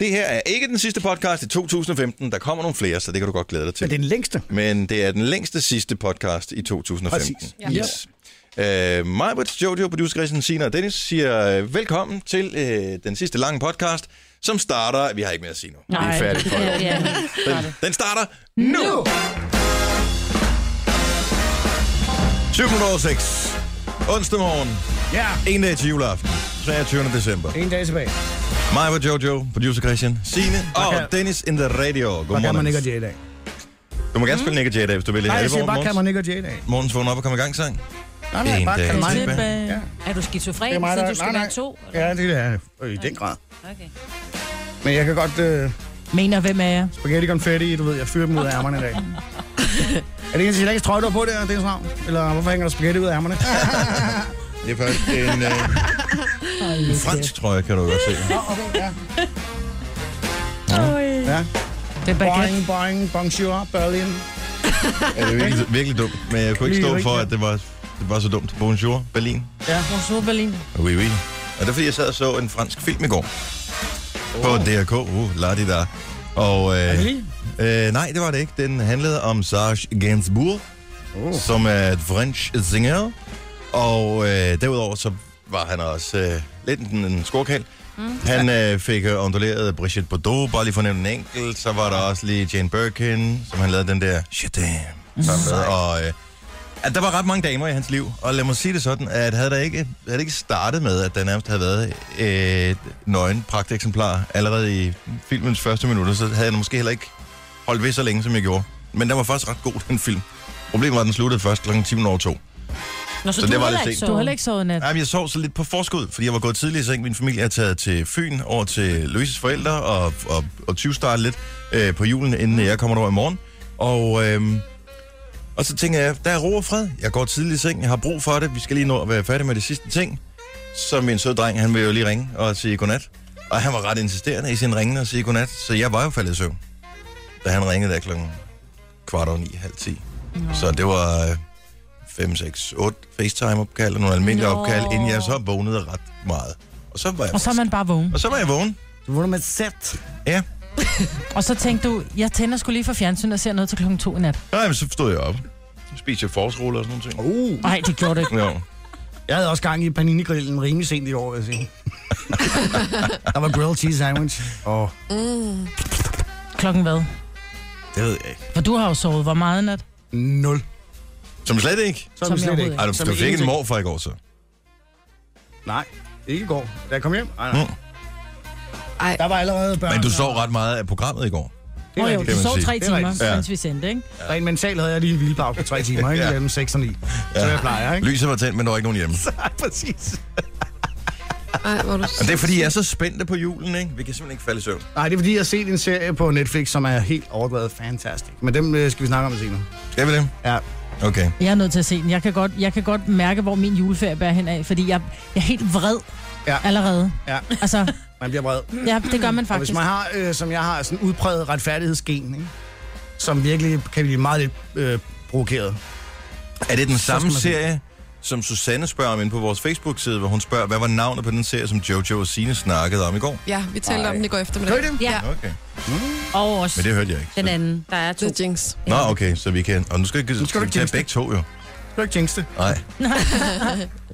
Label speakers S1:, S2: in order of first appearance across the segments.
S1: Det her er ikke den sidste podcast i 2015. Der kommer nogle flere, så det kan du godt glæde dig til.
S2: Men det er den længste.
S1: Men det er den længste sidste podcast i 2015.
S2: Præcis.
S1: Ja. Yes. Øh, mig, Brits, Jojo, producer Christian Sina og Dennis siger øh, velkommen til øh, den sidste lange podcast, som starter... Vi har ikke mere at sige nu. Vi er færdige for i år.
S3: ja, ja.
S1: Den, den starter nu! nu. 706. Onsdag morgen.
S2: Ja,
S1: En dag til juleaften. 23. december.
S2: en dag tilbage.
S1: Mig var Jojo, producer Christian, Signe og
S2: kan-
S1: Dennis in the radio.
S2: Hvad kan man ikke
S1: Godmorgen.
S2: og Jay i dag?
S1: Du må gerne spille Nick og Jay, i dag, hvis du vil.
S2: Nej, jeg
S1: Alvor,
S2: siger bare, kan
S1: Mogens.
S2: man ikke og Jay i dag?
S1: Morgens vågn op og kom i gang sang.
S2: Nej,
S1: En
S2: nej, bare
S1: dag
S2: kan man ikke.
S1: tilbage.
S3: Tilbage.
S2: Ja.
S3: Er du skizofren,
S2: Det er mig,
S3: siden
S2: der-
S3: du skal
S2: nej, nej.
S3: være to?
S2: Ja, det er jeg. Øh, i den grad.
S3: Okay.
S2: Men jeg kan godt øh,
S4: Mener, hvem er jeg?
S2: spaghetti konfetti, du ved, jeg fyrer dem ud af ærmerne i dag. er det en af de lækkeste trøje, du har på der, Dennis Ravn? Eller hvorfor hænger der spaghetti ud af ærmerne?
S1: Det er faktisk en øh, fransk trøje, kan du godt se.
S2: Nå, okay, ja. Ja.
S4: Det er baguette.
S2: Boing, boing, bonjour, Berlin.
S1: Ja, det er virkelig, virkelig dumt, men jeg kunne ikke
S2: Lige
S1: stå
S2: rigtig.
S1: for, at det var, det var så dumt. Bonjour, Berlin.
S4: Bonjour, Berlin.
S1: Oui, oui. Og det er fordi, jeg sad og så en fransk film i går. På DRK. Uh, la di da. Og, øh, øh, nej, det var det ikke. Den handlede om Serge Gainsbourg, oh. som er et french singer. Og øh, derudover så var han også øh, lidt en, en skorkald. Mm. Han øh, fik øh, onduleret Brigitte Bardot, bare lige for at nævne en enkelt. Så var der også lige Jane Birkin, som han lavede den der Shit Damn. sammen med. Og øh, at der var ret mange damer i hans liv, og lad mig sige det sådan, at havde, der ikke, havde det ikke startet med, at der nærmest havde været et nøgen pragteksemplar allerede i filmens første minutter, så havde jeg måske heller ikke holdt ved så længe, som jeg gjorde. Men den var faktisk ret god, den film. Problemet var, at den sluttede først kl. 10 over 2.
S3: Nå, så,
S1: Så
S3: du
S1: det var
S3: har
S1: lidt
S3: heller ikke
S1: sent.
S4: Du har
S3: sovet.
S4: heller ikke sovet i nat.
S1: Ej, men jeg sov så lidt på forskud, fordi jeg var gået tidligt i seng. Min familie er taget til Fyn over til Louises forældre og, og, og tyvstarte lidt øh, på julen, inden jeg kommer over i morgen. Og, øh, og så tænker jeg, der er ro og fred. Jeg går tidligt i seng, jeg har brug for det. Vi skal lige nå at være færdige med de sidste ting. Så min søde dreng, han vil jo lige ringe og sige godnat. Og han var ret insisterende i sin ringen og sige godnat, så jeg var jo faldet i søvn, da han ringede der klokken kvart over ni, halv ti. Så det var... Øh, 5, 6, 8 FaceTime-opkald og nogle almindelige
S3: Nå.
S1: opkald, inden jeg så vågnede ret meget. Og så var jeg,
S4: Og så er man bare vågen.
S1: og så var jeg vågen.
S2: Du vågner med et sæt.
S1: Ja.
S4: Og så tænkte du, jeg tænder skulle lige for fjernsyn og ser noget til klokken to i nat.
S1: Nej, men så stod jeg op. Så spiste jeg forårsruller og sådan noget.
S2: Uh.
S4: Nej, det gjorde det ikke.
S1: Jo.
S2: Jeg havde også gang i paninigrillen rimelig sent i år, vil jeg sige. der var grilled cheese sandwich. Og
S4: Klokken hvad?
S1: Det ved jeg ikke.
S4: For du har jo sovet hvor meget i nat?
S2: nul.
S1: Som slet ikke.
S2: Så er
S4: Som
S2: vi
S4: i
S2: slet
S4: overhovedet
S2: ikke.
S1: Ej, du,
S2: Som
S1: du
S2: i
S1: fik en
S2: ingenting.
S1: mor fra i går så.
S2: Nej, ikke i går. Da jeg kom hjem, ej, nej.
S1: Mm.
S2: Ej. Der var allerede børn.
S1: Men du
S2: og-
S1: sov ret meget af programmet i går.
S2: Det
S4: Nå
S2: er
S4: jo,
S2: rigtigt.
S4: du
S1: man
S4: sov
S1: sige.
S4: tre
S2: Det er
S4: timer,
S2: rigtigt.
S1: Ja.
S4: mens vi sendte, ikke?
S2: Rent mentalt havde jeg lige en hvilepause på tre timer, ikke?
S1: Ja.
S2: Mellem 6 og 9. Så jeg plejer, ikke?
S1: Lyset var tændt, men der var ikke nogen hjemme.
S2: Nej, præcis.
S5: Ej, hvor er du
S1: Og det er fordi, jeg er så spændte på julen, ikke? Vi kan simpelthen ikke falde i søvn.
S2: Nej, det er fordi, jeg har set en serie på Netflix, som er helt overdrevet fantastisk. Men dem øh, skal vi snakke om senere.
S1: Skal vi det?
S2: Ja,
S1: Okay.
S4: Jeg er nødt til at se den. Jeg kan godt, jeg kan godt mærke, hvor min juleferie bærer hen af, fordi jeg, jeg er helt vred
S2: Ja.
S4: allerede.
S2: ja.
S4: Altså,
S2: Man bliver vred.
S4: ja, det gør man
S2: Og hvis
S4: faktisk.
S2: man har, øh, som jeg har, sådan udpræget retfærdighedsgen, ikke? som virkelig kan blive meget lidt øh, provokeret.
S1: Er det den samme
S2: skal man se.
S1: serie, som Susanne spørger om inde på vores Facebook-side, hvor hun spørger, hvad var navnet på den serie, som Jojo og Sine snakkede om i går?
S5: Ja, vi talte om den i går eftermiddag.
S2: Gør I det?
S3: Ja,
S1: Okay.
S4: Og også
S1: Men det hørte jeg ikke.
S3: den anden. Der er to.
S5: Det er Jinx.
S1: Nå, okay, så vi kan... Og nu skal, nu
S2: skal
S1: skal
S2: du
S1: vi
S2: ikke
S1: tage
S2: jinxe
S1: begge to, jo.
S2: Skal du ikke jinx det?
S1: Nej,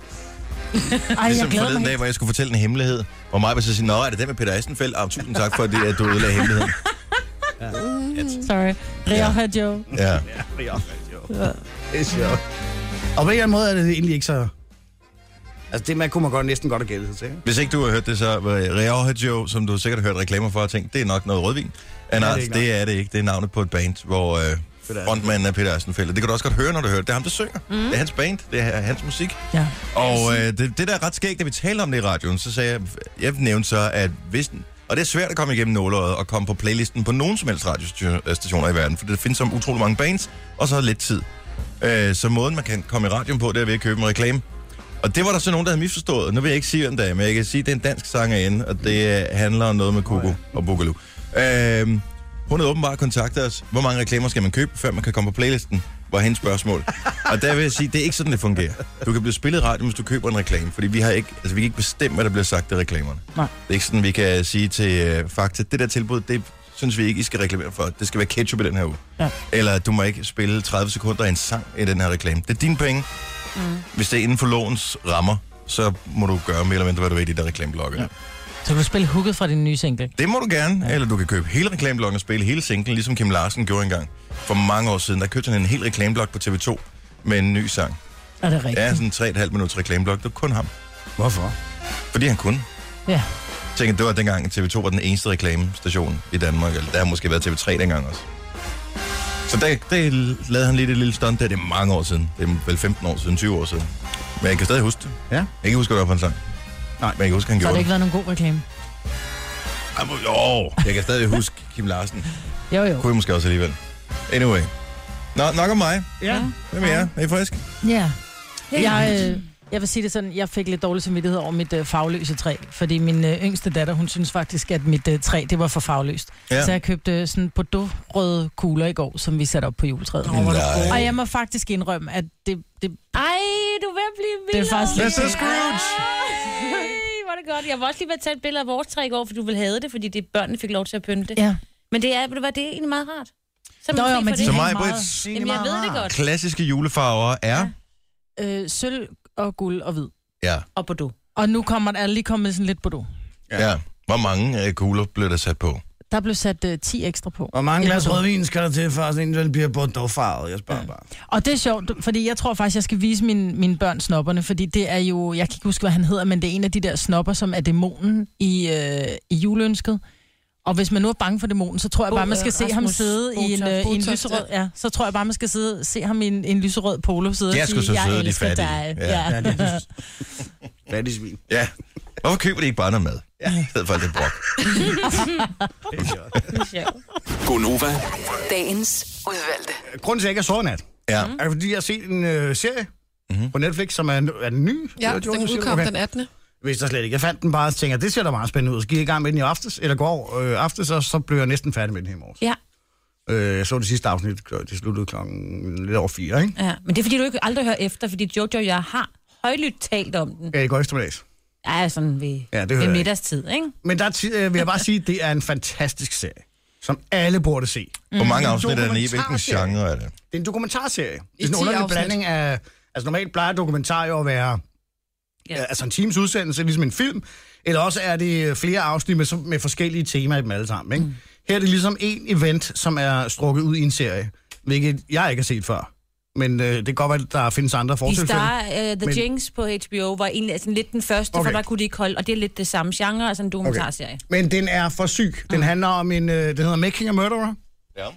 S4: Ej, jeg
S1: ligesom
S4: glæder
S1: forleden
S4: mig.
S1: dag, hvor jeg skulle fortælle en hemmelighed, hvor mig vil så sige, nå, er det den med Peter Asenfeldt? Ah, tusind tak for det, at du ødelagde hemmeligheden.
S4: helt. Sorry. Rioja Joe.
S1: Ja.
S2: Det er sjovt. Og på en eller anden måde er det egentlig ikke så... Altså det man kunne man godt næsten godt have gættet sig til.
S1: Hvis ikke du har hørt det, så var Rioja Joe, som du sikkert har hørt reklamer for, og tænkt, det er nok noget rødvin. Ja,
S2: det er
S1: nej,
S2: ikke
S1: det er det ikke. Det er navnet på et band, hvor øh, frontmanden er Peter Asenfeldt. Og Det kan du også godt høre, når du hører det. Det er ham, der synger. Mm. Det er hans band. Det er hans musik.
S4: Ja.
S1: Og øh, det, det, der er ret skægt, da vi talte om det i radioen, så sagde jeg, jeg nævnte så, at hvis den, og det er svært at komme igennem nåløjet og komme på playlisten på nogen som helst radiostationer i verden, for det findes som utrolig mange bands, og så lidt tid. Øh, så måden, man kan komme i radioen på, det er ved at købe en reklame. Og det var der så nogen, der havde misforstået. Nu vil jeg ikke sige, hvem det er, men jeg kan sige, at det er en dansk sangerinde, og det øh, handler om noget med Coco og Boogaloo. Øh, hun havde åbenbart kontaktet os. Hvor mange reklamer skal man købe, før man kan komme på playlisten? var hendes spørgsmål. Og der vil jeg sige, det er ikke sådan, det fungerer. Du kan blive spillet i radioen, hvis du køber en reklame, fordi vi, har ikke, altså, vi kan ikke bestemme, hvad der bliver sagt i reklamerne.
S4: Nej.
S1: Det er ikke sådan, vi kan sige til øh, Fakta, det der tilbud, det synes vi ikke, I skal reklamere for. Det skal være ketchup i den her uge.
S4: Ja.
S1: Eller du må ikke spille 30 sekunder af en sang i den her reklame. Det er dine penge. Mm. Hvis det er inden for lovens rammer, så må du gøre mere eller mindre, hvad du vil i de der reklameblokke. Ja.
S4: Så kan du spille hooket fra din nye single.
S1: Det må du gerne, ja. eller du kan købe hele reklameblokken og spille hele singlen, ligesom Kim Larsen gjorde engang. For mange år siden, der købte han en hel reklameblok på TV2 med en ny sang.
S4: Er det rigtigt?
S1: Ja, sådan en 3,5 minutters reklameblok, det var kun ham.
S2: Hvorfor?
S1: Fordi han kunne.
S4: ja.
S1: Jeg tænker, det var dengang TV2 var den eneste reklamestation i Danmark, eller der har måske været TV3 dengang også. Så der, der lavede han lige det lille stunt der, det er mange år siden. Det er vel 15 år siden, 20 år siden. Men jeg kan stadig huske det.
S2: Ja.
S1: Jeg kan huske, hvad det var for en sang.
S2: Nej.
S1: Men jeg kan huske, han
S4: Så
S1: gjorde
S4: har det
S1: det.
S4: ikke været nogen god reklame.
S1: Ej, må- Jo, jeg kan stadig huske Kim Larsen.
S4: Jo, jo.
S1: Kunne jeg måske også alligevel. Anyway. Nå, nok om mig.
S4: Ja.
S1: Hvem er jeg? Er I frisk?
S4: Ja. Jeg, øh, jeg vil sige det sådan, jeg fik lidt dårlig samvittighed over mit øh, fagløse træ, fordi min øh, yngste datter, hun synes faktisk, at mit øh, træ, det var for fagløst. Ja. Så jeg købte øh, sådan bordeaux-røde kugler i går, som vi satte op på juletræet.
S1: Nå, hvor er du Nej. god.
S4: Og jeg må faktisk indrømme, at det, det,
S3: Ej, du er ved at blive
S4: Det er
S3: vildere.
S4: faktisk lidt-
S1: Mr. Scrooge!
S3: Ej, hvor er det godt. Jeg var også lige ved at tage et billede af vores træ i går, for du ville have det, fordi det børnene fik lov til at pynte det.
S4: ja.
S3: Men det er, ved du hvad, det er egentlig meget rart. Så er man
S4: Nå, jo,
S3: fri
S4: men
S3: for
S4: de-
S1: Så
S3: det.
S4: er
S1: mig,
S4: meget-
S1: Britt,
S3: Jamen, jeg ved det godt.
S1: klassiske julefarver er...
S4: øh, sølv og guld og hvid.
S1: Ja.
S3: Og Bordeaux.
S4: Og nu kommer der er lige kommet sådan lidt bordeaux.
S1: Ja. ja. Hvor mange øh, kugler blev der sat på?
S4: Der blev sat øh, 10 ekstra på.
S2: Hvor mange glas
S4: Eller så.
S2: rødvin skal der til, for at sådan en den bliver bordeauxfarvet? Jeg spørger bare.
S4: Og det er sjovt, fordi jeg tror faktisk, jeg skal vise min, mine børn snopperne, fordi det er jo, jeg kan ikke huske, hvad han hedder, men det er en af de der snopper, som er dæmonen i, øh, i juleønsket. Og hvis man nu er bange for dæmonen, så tror jeg bare, man skal se ham
S5: Rasmus
S4: sidde i en, øh, i en
S5: Botox,
S4: lyserød... Ja, så tror jeg bare, man skal sidde, se ham i en, en lyserød polo sidde
S1: De er
S4: og
S1: sgu
S4: sige,
S1: så søde, de
S4: elsker
S1: fattige."
S4: dig.
S1: Ja.
S4: Ja.
S2: Ja, det er Fattig svin.
S1: Ja. Hvorfor køber de ikke bare noget mad? Ja. I stedet for alt det brok.
S6: Gonova,
S7: Dagens udvalgte.
S2: Grunden til, at jeg ikke er sovet i nat,
S1: Ja.
S2: er fordi, jeg har set en øh, serie mm-hmm. på Netflix, som er, er den ny.
S5: Ja,
S2: Eller,
S5: den
S2: Jonas, siger du?
S5: udkom okay. den 18.
S2: Hvis der slet ikke. Jeg fandt den bare og tænker, det ser da meget spændende ud. Så gik jeg i gang med den i aftes, eller går øh, aftes, og så blev jeg næsten færdig med den her i morges.
S3: Ja,
S2: Øh, jeg så det sidste afsnit, kl- det sluttede klokken lidt over fire, ikke?
S3: ja. Men det er, fordi du ikke aldrig hører efter, fordi Jojo og jeg har højlydt talt om den.
S2: Ja, i går eftermiddags.
S3: Ja, sådan ved,
S2: Ja, det hører
S3: ved
S2: jeg
S3: middagstid, ikke?
S2: Men der er ti- øh, vil jeg bare sige, det er en fantastisk serie, som alle burde se.
S1: Hvor mange
S2: Mm.
S1: afsnit er den i? Hvilken
S2: Dokumentarserie.
S1: genre er det?
S2: Det er en dokumentarserie. Det er sådan en
S5: ti
S2: underlig
S5: afsnit.
S2: blanding af... Altså normalt plejer dokumentar jo at være
S3: Ja.
S2: ja. altså en times udsendelse, ligesom en film, eller også er det flere afsnit med, med forskellige temaer i dem alle sammen. Ikke? Mm. Her er det ligesom en event, som er strukket ud i en serie, hvilket jeg ikke har set før. Men øh, det kan godt være, at der findes andre
S3: I
S2: fortilfælde.
S3: Star, uh, The
S2: Men-
S3: Men... Jinx på HBO var egentlig sådan lidt den første, okay.
S2: Okay.
S3: for der kunne de ikke holde, og det er lidt det samme genre, altså en dokumentarserie. Okay.
S2: Men den er for syg. Den handler om en... Øh, den hedder Making a Murderer.
S1: Ja.
S2: Han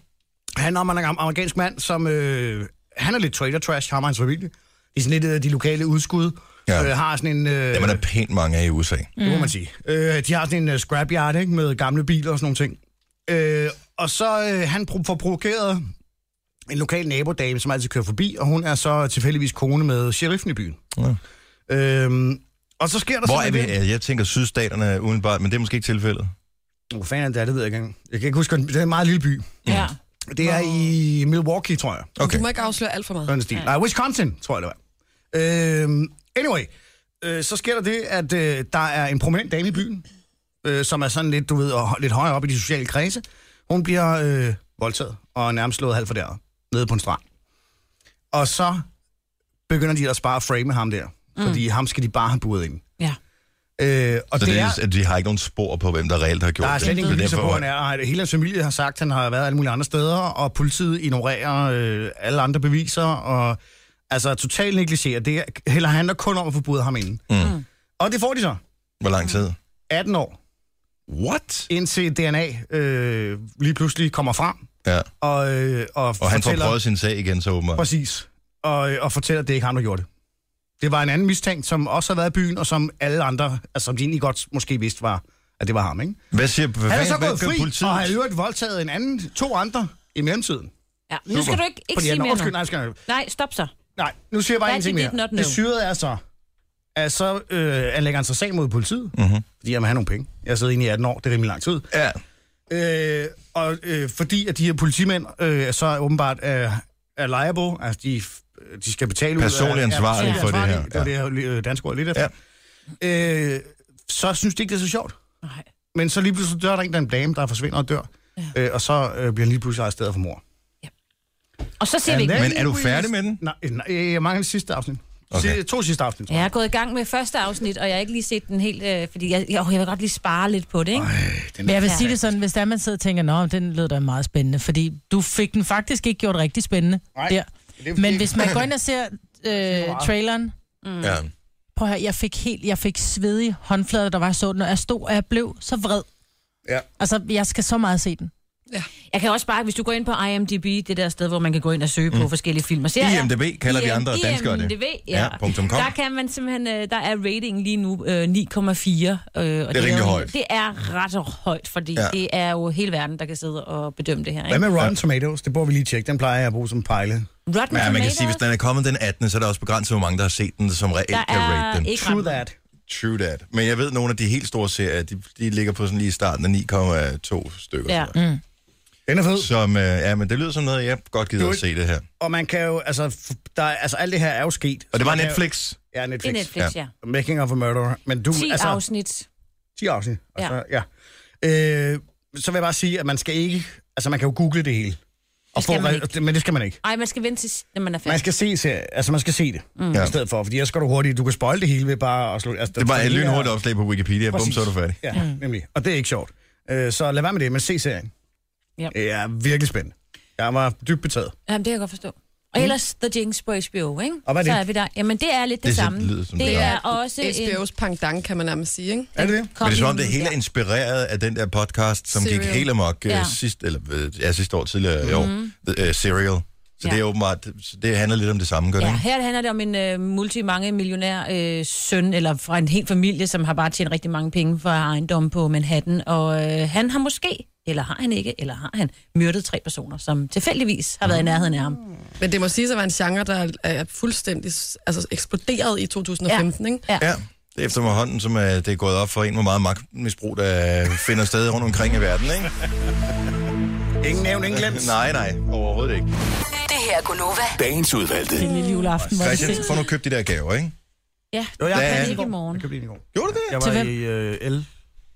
S2: handler om en am- amerikansk mand, som... Øh, han er lidt trader trash, ham og hans familie. De er sådan lidt øh, de lokale udskud.
S1: Ja.
S2: Ja. Øh, har sådan en... Øh,
S1: Dem er der pænt mange af i USA.
S2: Det må man sige. Øh, de har sådan en uh, scrapyard ikke? med gamle biler og sådan nogle ting. Øh, og så øh, han pro- får provokeret en lokal nabodame, som altid kører forbi, og hun er så tilfældigvis kone med sheriffen i byen.
S1: Ja.
S2: Øhm, og så sker der
S1: Hvor er
S2: sådan
S1: vi?
S2: et-
S1: Ja, Jeg tænker sydstaterne er udenbart, men det er måske ikke tilfældet.
S2: Hvor fanden er det, er, det ved jeg ikke engang. Jeg kan ikke huske, det er en meget lille by.
S3: Ja.
S2: Mm. Det er i Milwaukee, tror jeg.
S1: Okay.
S5: Du må ikke afsløre alt for meget.
S2: Sådan en stil. Nej, Wisconsin, tror jeg det var. Øhm, anyway, øh, så sker der det, at øh, der er en prominent dame i byen, øh, som er sådan lidt, du ved, og, lidt højere op i de sociale kredse. Hun bliver øh, voldtaget og nærmest slået halvt for der nede på en strand. Og så begynder de ellers bare at frame ham der, mm. fordi ham skal de bare have buret ind.
S3: Ja.
S2: Øh, og
S1: Så det,
S2: det
S1: er, at de har ikke nogen spor på, hvem der reelt har gjort
S2: der er
S1: det.
S2: slet
S1: Så
S2: ingen beviser
S1: derfor-
S2: på, hvor han er. og Hele hans familie har sagt, at han har været alle mulige andre steder, og politiet ignorerer øh, alle andre beviser, og altså totalt negligerer. Det er- heller handler kun om at forbyde ham inden.
S1: Mm.
S2: Og det får de så.
S1: Hvor lang tid?
S2: 18 år,
S1: What?
S2: indtil DNA øh, lige pludselig kommer frem,
S1: Ja.
S2: og, øh, og,
S1: Og han får
S2: fortæller...
S1: prøvet sin sag igen, så åbenbart.
S2: Præcis. Og, og fortæller, at det er ikke ham, der gjorde det. Det var en anden mistænkt, som også har været i byen, og som alle andre, altså som de egentlig godt måske vidste var, at det var ham, ikke?
S1: Hvad siger hvad,
S2: Han er så
S1: hvad
S2: gået
S1: gør
S2: fri,
S1: politiet?
S2: og har i øvrigt voldtaget en anden, to andre i mellemtiden.
S3: ja. Nu skal du ikke, ikke
S2: Fordi
S3: sige
S2: han,
S3: mere
S2: undskyld,
S3: nu.
S2: nej, skal jeg-
S3: Nej, stop så.
S2: nej, nu siger jeg bare
S3: Hvad
S2: en ting
S3: er det, dit
S2: mere.
S3: not know?
S2: Det syrede er så, at så øh, anlægger han sig sag mod politiet, mm-hmm. fordi jeg må have nogle penge. Jeg har siddet inde i 18 år, det er rimelig lang tid.
S1: Mhm. Ja.
S2: Øh, og øh, fordi at de her politimænd øh, så åbenbart øh, er liable, altså de, de skal betale
S1: Personligt ansvarlig
S2: personligt
S1: for det her.
S2: ansvarlig. Det var det her øh, danske ord lidt efter. Ja. Øh, så synes de ikke, det er så sjovt.
S3: Nej.
S2: Men så lige pludselig dør der en, der er en dame, der forsvinder og dør. Ja. Øh, og så øh, bliver han lige pludselig arresteret for mor.
S3: Og så siger
S2: Ja,
S3: vi ikke...
S2: hvad?
S1: Men er du færdig med den?
S2: Nej, øh, nej, jeg mangler det sidste afsnit.
S1: Okay.
S2: Okay. To sidste afsnit.
S3: Ja, jeg er gået i gang med første afsnit, og jeg har ikke lige set den helt, øh, fordi jeg, jeg, jeg vil godt lige spare lidt på det, ikke?
S4: Men jeg vil sige det sådan, hvis der man sidder og tænker, nå, den lød da meget spændende, fordi du fik den faktisk ikke gjort rigtig spændende
S2: Nej,
S4: Nej, der.
S2: det er fordi-
S4: Men hvis man går ind og ser øh, traileren,
S2: Mm.
S1: Ja.
S4: prøv at høre, jeg fik helt, jeg fik svedige håndflader, der var sådan, og jeg stod, og jeg blev så vred.
S2: Ja.
S4: Altså, jeg skal så meget se den.
S3: Jeg kan også bare, hvis du går ind på IMDb, det der sted, hvor man kan gå ind og søge mm. på forskellige film og serier.
S1: IMDb kalder vi andre danskere det.
S3: IMDb, ja.
S1: Ja, punktum com.
S3: Der kan man simpelthen, øh, der er rating lige nu øh, 9,4. Øh, og det er
S1: rimelig
S3: jo-
S1: højt.
S3: Det er ret højt, fordi
S1: Ja.
S3: ja. det er jo hele verden, der kan sidde og bedømme det her.
S2: Hvad
S3: Ikke?
S2: med Rotten Tomatoes? Det burde vi lige tjekke. Den plejer jeg at bruge som pejle.
S3: Rotten
S1: Ja, man kan sige, hvis
S3: Tomatoes,
S1: den er kommet den 18., så er der også begrænset, hvor mange der har set den, som reelt
S3: der
S1: kan rate
S3: er
S1: den.
S3: ikke
S2: True
S3: ret-
S2: that.
S1: True that. Men jeg ved, nogle af de helt store serier, de, de ligger på sådan lige i starten af 9,2 stykker.
S3: Ja. Mm.
S1: Ja. Mm.
S2: Den er fed.
S1: Som, øh, ja, men det lyder som noget, jeg godt gider
S2: Du-
S1: at se det her.
S2: Og man kan jo, altså, f- der, er- altså alt det her er jo sket.
S1: Og det var
S2: Så man kan
S1: Netflix.
S2: Jo, ja,
S3: Det er
S2: Netflix.
S3: Netflix,
S1: Ja.
S3: ja. ja.
S2: Making of a Murderer. Men du,
S3: 10
S2: altså,
S3: altså, afsnit.
S2: 10 afsnit.
S3: Ja.
S2: Altså, ja. Øh, så vil jeg bare sige, at man skal ikke... Altså, man kan jo google det hele. Og
S3: skal man
S2: re-
S3: ikke.
S2: det- Men det skal man ikke.
S3: Ej, man skal vente til, når man er
S2: Man
S3: færdig.
S2: skal se, se altså man skal se det, mm.
S1: Ja.
S2: i stedet for, fordi ellers går du hurtigt, du kan spoil det hele ved bare at slutte. Altså,
S1: Det var et
S2: hele er-
S1: lynhurtigt opslag på Wikipedia. Bum,
S2: Præcis.
S1: så er du færdig.
S2: Ja, mm. nemlig. Og det er ikke sjovt. Øh, Så lad være med det, men se serien.
S3: Ja.
S2: Det er virkelig spændende. Jeg var dybt betaget.
S3: Jamen, det kan jeg godt forstå. Og ellers The Jinx på HBO, ikke?
S2: Og hvad er det?
S3: Så er vi der. Jamen, det er lidt det,
S1: Det ser-
S3: samme.
S1: lyder som
S3: det
S1: det
S3: er
S1: samme.
S3: også en...
S5: SBO's pangdang, kan man nærmest sige, ikke?
S2: Er det det?
S1: Men det er som om,
S3: Kom
S1: det
S3: ind.
S1: hele er inspireret af den der podcast, som gik
S5: Serial.
S1: helt amok ja.
S3: Ja. Mhm.
S1: sidst, eller, øh, ja, sidste år tidligere i år. Øh, Serial. Så
S3: Ja.
S1: det er åbenbart, det handler lidt om det samme, gør det
S3: Ja,
S1: ikke?
S3: her handler det om en øh, multimange millionær øh, søn, eller fra en hel familie, som har bare tjent rigtig mange penge for ejendom på Manhattan, og øh, han har måske, eller har han ikke, eller har han myrdet tre personer, som tilfældigvis har været i nærheden af ham.
S5: Men det må siges at være en genre, der er fuldstændig altså, eksploderet i 2015, ja. ikke?
S3: Ja.
S1: Ja, det er efterhånden, som er, det er gået op for en, hvor meget magtmisbrug, der finder sted rundt omkring i verden, ikke?
S2: Ingen nævn, ingen glemt.
S1: Nej, nej, overhovedet ikke.
S7: Det her er Gunova.
S6: Dagens udvalgte.
S4: Den lille juleaften, hvor det
S1: Christian, få nu købt de der gaver, ikke?
S3: Ja,
S2: Jo,
S1: Der
S2: jeg købte
S1: er-
S2: den i går.
S3: Ikke i morgen.
S2: Jeg købte den i går.
S1: Gjorde du det?
S2: Jeg
S4: Til
S2: var
S4: hvem?
S2: i øh, El...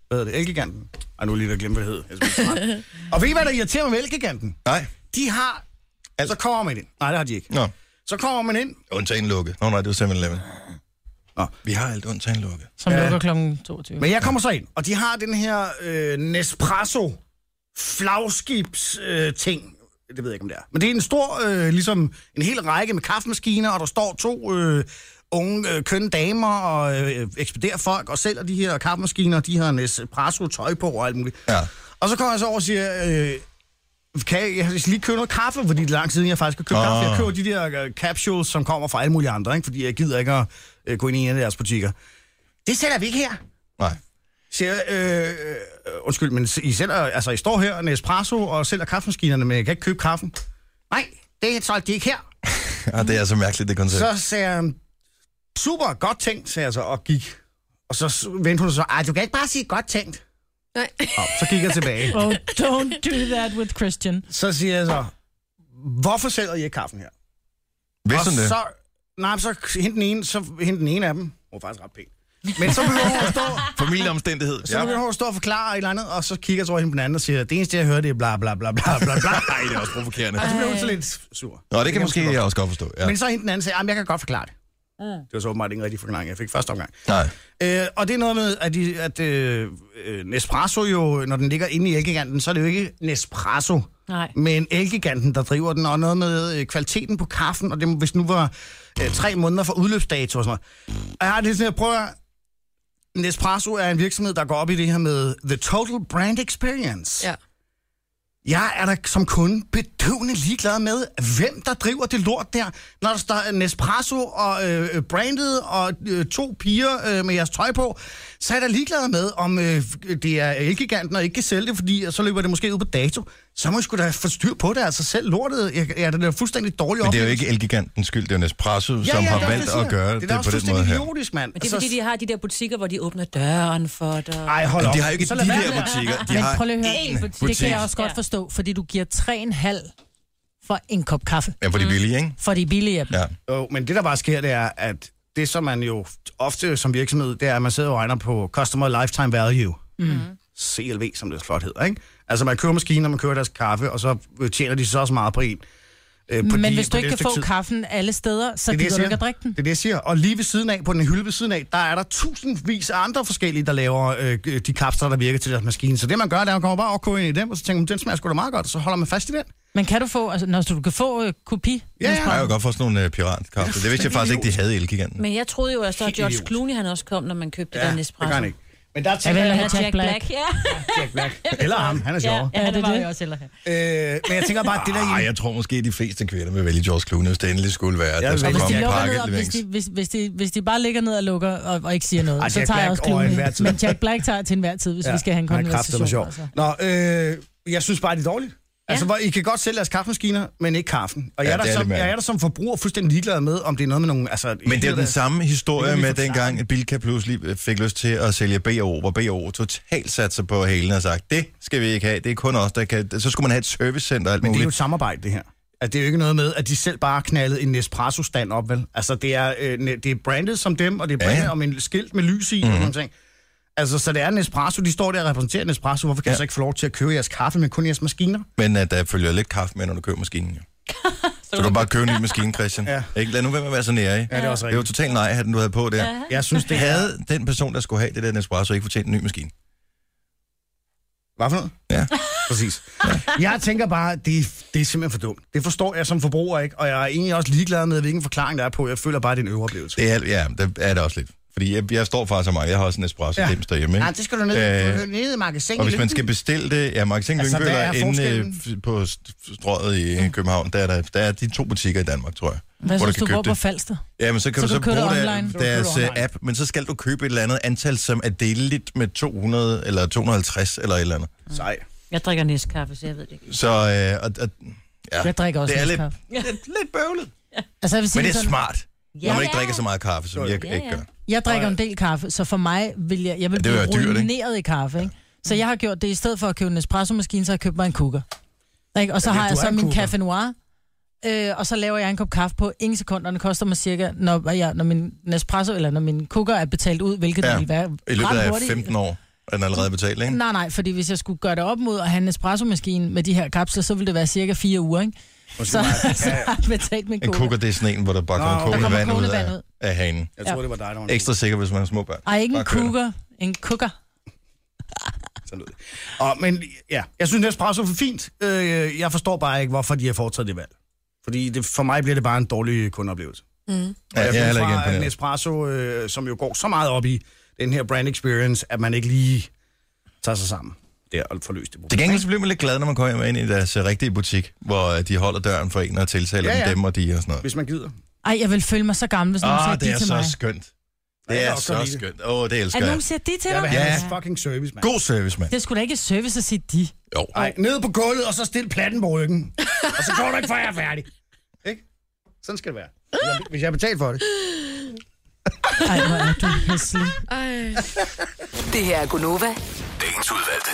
S2: Hvad hedder det? Elgiganten. Ej, nu er jeg lige ved at glemme, hvad det hed. Jeg skal blive smart. Og ved I, hvad der irriterer mig ved Elgiganten?
S1: Nej.
S2: De har...
S1: Alt.
S2: Så kommer man ind. Nej, det har de ikke.
S1: Nå,
S2: Så kommer man ind.
S1: undtagen lukke. Nå, nej, det var 7-Eleven.
S2: Nå.
S1: Vi har alt undtagen lukke.
S4: som lukker kl. 22.
S2: Men jeg kommer så ind, og de har den her øh, Nespresso flagskibs øh, ting. Det ved jeg ikke, om det er. Men det er en stor, øh, ligesom en hel række med kaffemaskiner, og der står to øh, unge øh, kønne damer og øh, ekspederer folk og sælger de her kaffemaskiner, de her Nespresso-tøj på og alt muligt.
S1: Ja.
S2: Og så kommer jeg så over og siger, øh, kan jeg, jeg skal lige købe noget kaffe, fordi det er lang tid, siden jeg faktisk har købt
S1: Nå.
S2: oh. kaffe. Jeg køber de der øh, capsules, som kommer fra alle mulige andre, ikke? fordi jeg gider ikke at øh, gå ind i en af deres butikker. Det sælger vi ikke her
S1: Nej.
S2: siger, jeg, øh, øh, undskyld, men I, sælger, altså, I står her, Nespresso, og sælger kaffemaskinerne, men jeg kan ikke købe kaffen. Nej, det er solgt de ikke her.
S1: Ja, Ah, det er så mærkeligt, det koncept.
S2: Så sagde han, super, godt tænkt, sagde jeg så, og gik. Og så s- vendte hun sig, ej, du kan ikke bare sige godt tænkt.
S5: Nej.
S2: Og så gik jeg tilbage.
S4: Oh, don't do that with Christian.
S2: Så siger jeg så, hvorfor sælger I ikke kaffen her?
S1: Vidste
S2: og
S1: hun det?
S2: så, nej, men så hente den ene, så hente den ene af dem. Hun var faktisk ret pæn. Men så begynder hun at stå,
S1: Familieomstændighed.
S2: Så ja. begynder hun at stå og forklare et eller andet, og så kigger jeg så over hende på den anden og siger, det eneste, jeg hører, det er bla bla bla bla bla bla.
S1: Nej, det er også provokerende.
S2: Og så blev hun så lidt sur.
S1: Nå, det kan måske jeg også godt forstå. Ja.
S2: Ja. Men så hende den anden sagde, at jeg kan godt forklare det. Det var så åbenbart ikke en rigtig forklaring, jeg fik første omgang.
S1: Nej.
S2: Øh, og det er noget med, at, de, at øh, øh, Nespresso jo, når den ligger inde i elgiganten, så er det jo ikke Nespresso,
S3: Nej.
S2: men elgiganten, der driver den, og noget med øh, kvaliteten på kaffen, og det, må- hvis nu var øh, tre måneder for udløbsdato og sådan noget. Og jeg har det sådan, jeg prøver Nespresso er en virksomhed, der går op i det her med The Total Brand Experience.
S5: Ja.
S2: Jeg er da som kunde bedøvende ligeglad med, hvem der driver det lort der, når der står Nespresso og øh, brandet og øh, to piger øh, med jeres tøj på. Så er jeg da ligeglad med, om øh, det er elgiganten og ikke kan sælge det, fordi så løber det måske ud på dato. Så må jeg sgu da få styr på det, altså selv lortet. Jeg, jeg er da da fuldstændig dårlig
S1: Men det er jo
S2: oplevelse.
S1: ikke Elgigantens skyld, det er jo Nespresso,
S2: Ja,
S1: som
S2: ja,
S1: har
S2: det er
S1: valgt
S2: også, jeg
S1: at gøre
S2: siger.
S1: det,
S2: da
S1: på
S2: også
S1: den måde her.
S2: fuldstændig idiotisk, mand.
S3: Men det er, fordi de har de der butikker, hvor de åbner døren for dig.
S2: Ej, hold
S1: Men
S2: op.
S1: de har jo ikke
S2: Så
S1: de
S2: lad være
S1: der
S2: med-
S1: butikker, de
S4: Men
S1: har
S4: prøv lige at høre,
S1: én
S4: det
S1: butik.
S4: kan jeg også godt
S3: Ja.
S4: forstå, fordi du giver 3,5 for en kop kaffe.
S1: Ja, for de billige, ikke?
S4: For de er billige. Ja.
S1: Ja.
S2: Jo, men det, der bare sker, det er, at det, som man jo ofte som virksomhed, det er, at man sidder og regner på Customer Lifetime Value.
S4: Mhm.
S2: Mm. CLV, som det flot hedder, ikke? Altså, man kører maskinen, og man kører deres kaffe, og så tjener de så også meget på en. Øh, på
S4: Men
S2: de-
S4: hvis
S2: på
S4: du ikke
S2: det
S4: kan
S2: stykke
S4: få
S2: tid.
S4: kaffen alle steder, så
S2: det, jeg
S4: gider du
S2: siger.
S4: ikke at drikke den.
S2: Det er det, jeg siger. Og lige ved siden af, på den hylde ved siden af, der er der tusindvis af andre forskellige, der laver øh, de kapsler, der virker til deres maskine. Så det, man gør, det er, at man kommer bare og køber ind i dem, og så tænker man, den smager sgu da meget godt, og så holder man fast i den.
S4: Men kan du få, altså, når du kan få øh, kopi?
S2: Ja, ja.
S1: Jeg kan jo godt få sådan nogle uh, piratkaffe. Det vidste jeg faktisk ikke, de havde i Elgiganten.
S3: Men jeg troede jo, at så
S2: Helt
S3: George
S2: idiot.
S3: Clooney, han også kom, når man købte
S2: Ja,
S3: den
S2: det gør
S3: Nespresso.
S2: han ikke. Men der
S4: Jeg
S2: tænker
S4: vil
S2: jeg,
S4: hellere
S3: Eller
S4: have
S3: Jack, Jack Black.
S4: Black.
S3: ja.
S2: Jack Black. Eller ham, han er
S3: ja,
S2: sjovere.
S3: ja, det,
S4: det
S3: det var
S4: det?
S3: jeg også eller
S2: Øh, men jeg tænker bare, det der...
S1: Ej, jeg tror måske, de fleste kvinder vil vælge George Clooney, hvis det endelig skulle være. at
S2: Jeg
S1: Der
S2: vil
S1: skulle
S2: vælge
S4: Hvis
S1: komme
S4: de,
S1: en
S4: lukker
S1: pakke
S4: ned op, hvis, de,
S1: leverings.
S4: hvis, hvis, de, hvis de bare ligger ned og lukker og, og ikke siger noget,
S2: Ej,
S4: Ej, så
S2: Jack
S4: tager jeg
S2: Black
S4: også
S2: over
S4: Clooney.
S2: enhver tid.
S4: Men Jack Black tager til enhver tid, hvis ja, vi skal have en konversation.
S2: sjov.
S4: Altså.
S2: Nå, øh, jeg synes bare, det er dårligt. Ja. Altså, hvor I kan godt sælge jeres kaffemaskiner, men ikke kaffen. Og
S1: Ja,
S2: jeg, er
S1: det
S2: der
S1: er
S2: som,
S1: lidt mærkeligt.
S2: jeg er der som forbruger fuldstændig ligeglad med, om det er noget med nogle... Altså,
S1: Men det er den samme historie
S2: Det kan vi
S1: med
S2: forklare.
S1: dengang, at Bilka pludselig øh, fik lyst til at sælge B&O, hvor B&O totalt satte sig på hælene og sagt, det skal vi ikke have, det er kun os, der kan... Så skulle man have et servicecenter og alt
S2: Men det er jo et
S1: muligt.
S2: samarbejde, det her. Altså, det er jo ikke noget med, at de selv bare knaldede en Nespresso-stand op, vel? Altså, det er, øh, ne- det er brandet som dem, og det er
S1: Ja, Mhm. ja.
S2: brandet ja. om en skilt med lys i, mm. og sådan nogle ting. Altså, så det er Nespresso, de står der og repræsenterer Nespresso. Hvorfor kan ja.
S1: Ja.
S2: jeg så ikke få lov til at købe jeres kaffe, men kun jeres maskiner?
S1: Men at der følger lidt kaffe med, når du køber maskinen. Jo. Så du kan bare købe en ny maskine, Christian.
S2: Ja.
S1: Ikke? Lad nu være med at være så nære. Ja,
S2: det er også
S1: Det var
S2: rigtigt.
S1: totalt nej, at den du havde på der.
S2: Jeg synes, det er...
S1: Havde den person, der skulle have det der Nespresso, ikke fortjent en ny maskine?
S2: Hvad for noget?
S1: Ja.
S2: Præcis. Jeg tænker bare, det, er- det er simpelthen for dumt. Det forstår jeg som forbruger ikke, og jeg er egentlig også ligeglad med, hvilken forklaring der er på. Jeg føler bare, det er en øveoplevelse.
S1: Det er, ja, det er det også lidt. Fordi jeg, jeg står faktisk så meget. Jeg har også en Nespresso
S2: Ja.
S1: ja. derhjemme. Ikke?
S2: skal du
S1: Øh,
S2: du ned i magasin.
S1: Og hvis man skal bestille det, ja, Magasin
S2: Altså,
S1: altså, Lyngby
S2: hvad er
S1: eller inde øh,
S2: forskellen?
S1: f- på st- strøget i mm. København, der er, der, der er de to butikker i Danmark, tror jeg.
S4: Hvad
S1: hvor
S4: synes du,
S1: du
S4: du
S1: kan
S4: bor
S1: købe
S4: på
S1: det.
S4: Falster?
S1: Ja, men så kan
S4: Så
S1: du så
S4: du køber
S1: bruge
S4: det
S1: der,
S4: online?
S1: deres
S2: Så du køber
S1: øh,
S2: det online.
S1: app, men så skal du købe et eller andet antal, som er deleligt med 200 eller 250 eller et eller andet.
S2: Sej.
S3: Jeg drikker næstkaffe, så jeg ved det ikke.
S1: Så øh, og, og, ja,
S4: Jeg drikker også
S1: det er lidt,
S4: kaffe.
S1: lidt, lidt bøvlet.
S4: Altså, jeg vil sige
S1: Men det
S4: det
S1: er
S4: sådan,
S1: smart, ja, når man ikke drikker så meget kaffe, som jeg
S3: Ja,
S1: ikke
S3: ja.
S1: gør.
S4: jeg drikker en del kaffe, så for mig vil jeg, jeg vil
S1: Ja, det
S4: blive
S1: er jo dyrt, ikke? Mm.
S4: ruineret i kaffe. Ikke? Så jeg har gjort det, i stedet for at købe en espresso-maskine, så har jeg købt mig en kukker. Ikke? Og så
S2: Ja,
S4: har
S2: du
S4: jeg
S2: er
S4: så
S2: en
S4: min
S2: kukker.
S4: café noir, øh, og så laver jeg en kop kaffe på ingen sekunder, og det koster mig cirka, når, jeg, når min Nespresso eller når min kukker er betalt ud, hvilket ja.
S1: Ja.
S4: det vil være
S1: I løbet
S4: ret
S1: af
S4: hurtigt.
S1: 15 år er den allerede betalt, ikke?
S4: Nej, nej, fordi hvis jeg skulle gøre det op mod at have en espresso-maskine med de her kapsler, så ville det være cirka fire uger, ikke? Så, så har jeg betalt min
S1: En
S4: kukker.
S1: kukker, det er sådan en, hvor der bare
S2: Nå,
S1: kommer
S2: der
S1: kogende
S4: kommer
S1: vand ud
S4: kogende
S1: af,
S4: vand ud.
S1: af hanen.
S2: Jeg tror, det var dig, der var en-
S1: Ekstra sikker, hvis man har små børn.
S4: Ej, ikke en
S1: Bare kør det.
S4: kukker. En kukker.
S2: Sådan lød det. Og, men ja, jeg synes, Nespresso er for fint. Øh, jeg forstår bare ikke, hvorfor de har foretaget det valg. Fordi det, for mig bliver det bare en dårlig kundeoplevelse.
S1: Ja,
S2: Og
S1: jeg er
S2: går
S1: heller ikke
S2: fra, at
S1: imponeret.
S2: Nespresso, øh, som jo går så meget op i den her brand experience, at man ikke lige tager sig sammen der og får løst det
S1: Til
S2: problem.
S1: gengæld så bliver man lidt glad, når man kommer hjem ind i deres øh, rigtige butik, hvor øh, de holder døren for en og tiltaler
S2: Ja,
S1: ja,
S2: ja.
S1: ja. dem og de og sådan noget.
S2: Hvis man gider.
S4: Ej, jeg vil føle mig så gammel, hvis nogen
S1: Åh,
S4: siger
S1: oh, det
S4: de
S1: er
S4: til
S1: så
S4: mig.
S1: skønt.
S2: Jeg
S1: Det
S2: kan
S1: er
S2: også
S1: så
S2: godt lide
S1: skønt. Åh, oh, det elsker
S4: At
S1: jeg.
S4: nogen siger de til
S2: Jeg vil
S4: dig?
S2: have
S1: Ja.
S2: ja. fucking service, mand.
S1: God service, mand.
S4: Det er sgu da ikke et service at sige de.
S1: Jo.
S2: Ej, ned på gulvet, og så stil platten på ryggen. og så går du ikke, før jeg er færdig. Ikke? Sådan skal det være. Hvis jeg- Hvis jeg har betalt for det.
S4: Ej, hvor er du hæslig.
S5: Ej.
S7: Det her er Gunova.
S6: Dagens udvalgte.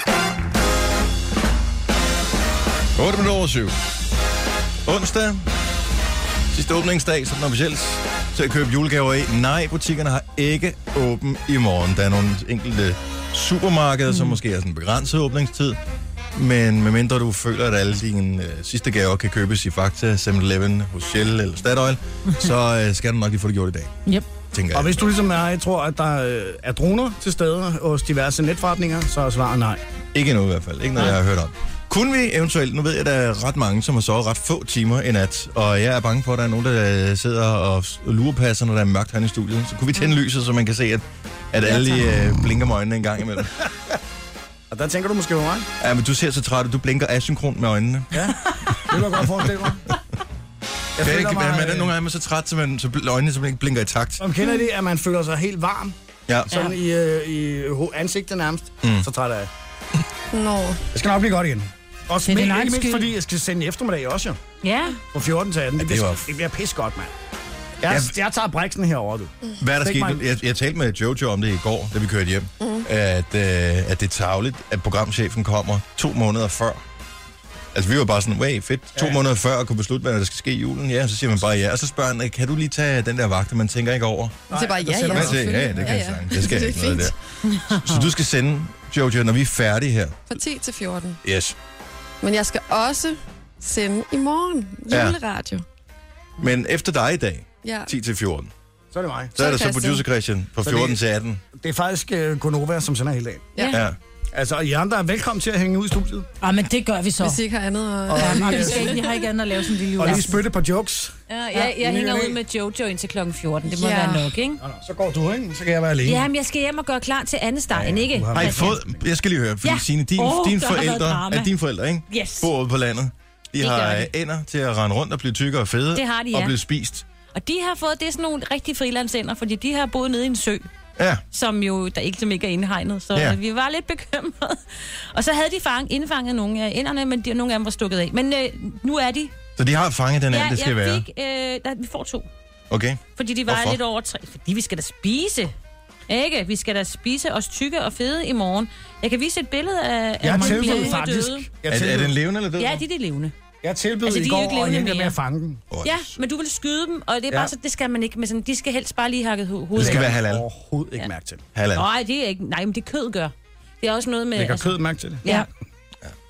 S1: 8 minutter over 7. Onsdag. Sidste åbningsdag, så den officielt til at købe julegaver i. Nej, butikkerne har ikke åben i morgen. Der er nogle enkelte supermarkeder,
S2: Mm.
S1: som måske er sådan en begrænset åbningstid. Men medmindre du føler, at alle dine øh, sidste gaver kan købes i Fakta, 7-Eleven, hos Shell eller Statoil, så øh, skal du nok lige få det gjort i dag,
S4: Yep.
S1: tænker jeg.
S2: Og hvis du ligesom er, jeg tror, at der øh, er droner til stede hos diverse netforretninger, så er svaret nej.
S1: Ikke endnu i hvert fald. Ikke noget, jeg har hørt om. Kunne vi eventuelt, nu ved jeg, at der er ret mange, som har sovet ret få timer i nat, og jeg er bange for, at der er nogen, der øh, sidder og s- lurepasser, når der er mørkt herinde i studiet. Så kunne vi tænde lyset, så man kan se, at, at alle øh, blinker med øjnene en gang imellem.
S2: Og der tænker du måske på mig.
S1: ja, men du ser så træt ud. Du blinker asynkron med øjnene.
S2: Ja, det var godt forestille mig. Jeg
S1: Det er
S2: føler
S1: ikke,
S2: mig,
S1: man er
S2: øh,
S1: nogle gange er man så træt, så, man, så bl- øjnene simpelthen ikke blinker i takt.
S2: Om kender I det, at man føler sig helt varm
S1: Ja.
S2: sådan i, øh, i ho- ansigtet nærmest, mm. så træt er jeg.
S5: Nå.
S2: Jeg skal nok blive godt igen. Også
S4: Det er
S2: men,
S4: din
S2: ikke
S4: egen
S2: mindst,
S4: skyld.
S2: fordi jeg skal sende i eftermiddag også, jo.
S3: Ja,
S2: Fra 14 til 18.
S1: Ja,
S2: det,
S1: det
S2: bliver,
S1: var-
S2: det bliver pis godt, mand. Jeg, jeg,
S1: Jeg-
S2: jeg tager bræksen herover du.
S1: Hvad er der
S2: Fik
S1: sket?
S2: mig
S1: nu?
S2: en-
S1: Jeg, jeg talte med Jojo om det i går, da vi kørte hjem. Mm. At, øh, at det er tavligt, at programchefen kommer to måneder før Altså, vi var bare sådan, wait, fedt, to ja. måneder før at kunne beslutte, hvad der skal ske i julen. Ja, så siger man bare ja, og så spørger han, kan du lige tage den der vagt, og man tænker ikke over.
S5: Nej, det er bare, ja, ja,
S1: Ja, ja, ja, ja, det kan jeg sagtens. Det skal jeg ikke noget der. Så du skal sende, Jojo, når vi er færdige her.
S5: Fra 10 til 14.
S1: Yes.
S5: Men jeg skal også sende i morgen
S1: Ja.
S5: juleradio.
S1: Men efter dig i dag,
S5: Ja.
S1: 10 til 14,
S2: Så er det mig.
S1: så er der så
S5: Christian.
S1: producer Christian fra
S2: Så det-
S1: 14 til 18.
S2: Det er faktisk uh, Gonova, som sender hele dagen.
S1: Ja.
S2: Altså, og I andre er velkommen til at hænge ud i studiet.
S4: Ah, men det gør vi så.
S5: Hvis I ikke har andet at...
S4: Ja, og vi, skal ikke, vi har ikke andet at lave som lille
S2: Og
S4: jul.
S2: lige spytte et par jokes.
S3: Ja, jeg, jeg hænger ud med Jojo indtil klokken 14. Det må
S5: Ja.
S3: være nok, ikke?
S2: Nå, nå, så går du, ikke? Så kan jeg være alene.
S3: Ja, men jeg skal hjem og gøre klar til andestegen, ikke?
S1: Har I fået, jeg skal lige høre, fordi ja.
S3: Ja.
S1: Signe, din,
S3: Åh,
S1: dine
S3: der har været
S1: forældre,
S3: drama.
S1: er dine forældre, ikke?
S3: Yes.
S1: Bor ude på landet. De
S3: Det
S1: har
S3: gør de.
S1: øh, ænder til at rende rundt og blive tykkere og fede.
S3: Det har de,
S1: Og
S3: ja.
S1: blive spist.
S3: Og de har fået, det er sådan nogle rigtige frilandsænder, fordi de har boet nede i en sø,
S1: Ja.
S3: som jo der ikke, som ikke er indhegnet, så
S1: Ja.
S3: ja. vi var lidt bekymrede. Og så havde de fang, indfanget nogle af inderne, men de, nogle af dem var stukket af. Men øh, nu er de.
S1: Så de har fanget den anden, det skal
S3: jeg
S1: være.
S3: fik, øh, der, vi får to,
S1: Okay.
S3: fordi de var
S1: Hvorfor?
S3: lidt over tre. Fordi vi skal da spise. Ikke? Vi skal da spise os tykke og fede i morgen. Jeg kan vise et billede af,
S2: Jeg
S3: af
S2: har
S3: mange
S2: tilbudt
S3: blinde
S2: faktisk.
S3: døde.
S2: Jeg
S1: Er, er den
S2: tilbød,
S1: levende eller død?
S3: Ja, de er de levende.
S2: jeg tilbød
S3: Altså, de
S2: i
S3: er jo ikke
S2: går at
S3: levende
S2: hjælpe med
S3: mere.
S2: at fange den.
S1: Åh,
S3: Ja, men du vil skyde dem, og det er
S2: Ja.
S3: bare så, det skal man ikke. Men sådan, de skal helst bare lige hakke ho-
S1: Det
S3: hovedet.
S1: skal
S3: af.
S1: være halal.
S2: Overhovedet ikke mærke til det.
S1: Halal.
S3: Nej, det er ikke. Nej, men det kød gør. Det er også noget med... altså-
S2: Lægger kød mærke til det.
S3: Ja.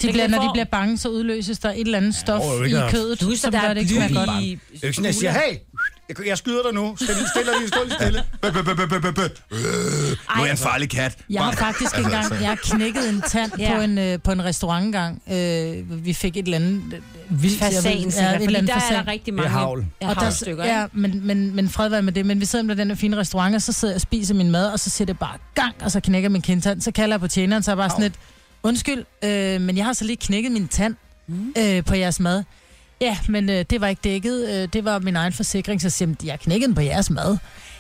S4: De bliver, når de
S3: får-
S4: bliver bange, så udløses der et eller andet stof
S2: Åh,
S4: i
S2: ikke at-
S4: kødet,
S3: Du så
S4: som
S3: der
S4: gør
S3: er
S4: at det ikke smager godt.
S3: blod i...
S2: Det er jo ikke sådan, jeg siger, hey, jeg- jeg skyder dig nu. Stil lige stille, lige stille, stille.
S1: Bø, bø, bø, bø, bø, bø, bø. Øh, Nu er jeg en farlig kat. Altså,
S4: Jeg har
S2: Altså,
S4: faktisk engang jeg har knækket en tand
S3: Ja.
S4: på en, øh, på en restaurant engang. Øh, vi fik et eller andet øh, vildt jeg ved-
S3: Fasan,
S4: ja, et
S3: sikkert,
S4: eller
S3: fordi
S4: andet
S3: der er
S4: fasan.
S3: der rigtig
S2: Det er
S3: mange...
S2: havl.
S3: Ja,
S4: og der,
S3: stykker, ja.
S4: ja, men, men, men fred være med det. Men vi sidder med den her fine restaurant, og så sidder jeg og spiser min mad, og så siger det bare gang, og så knækker min kindtand. Så kalder jeg på tjeneren, så er jeg bare sådan lidt, undskyld, øh, men jeg har så lige knækket min tand øh, på jeres mad. Ja, men øh, det var ikke dækket. Øh, det var min egen forsikring, så siger jeg, jeg knækkede den på jeres mad.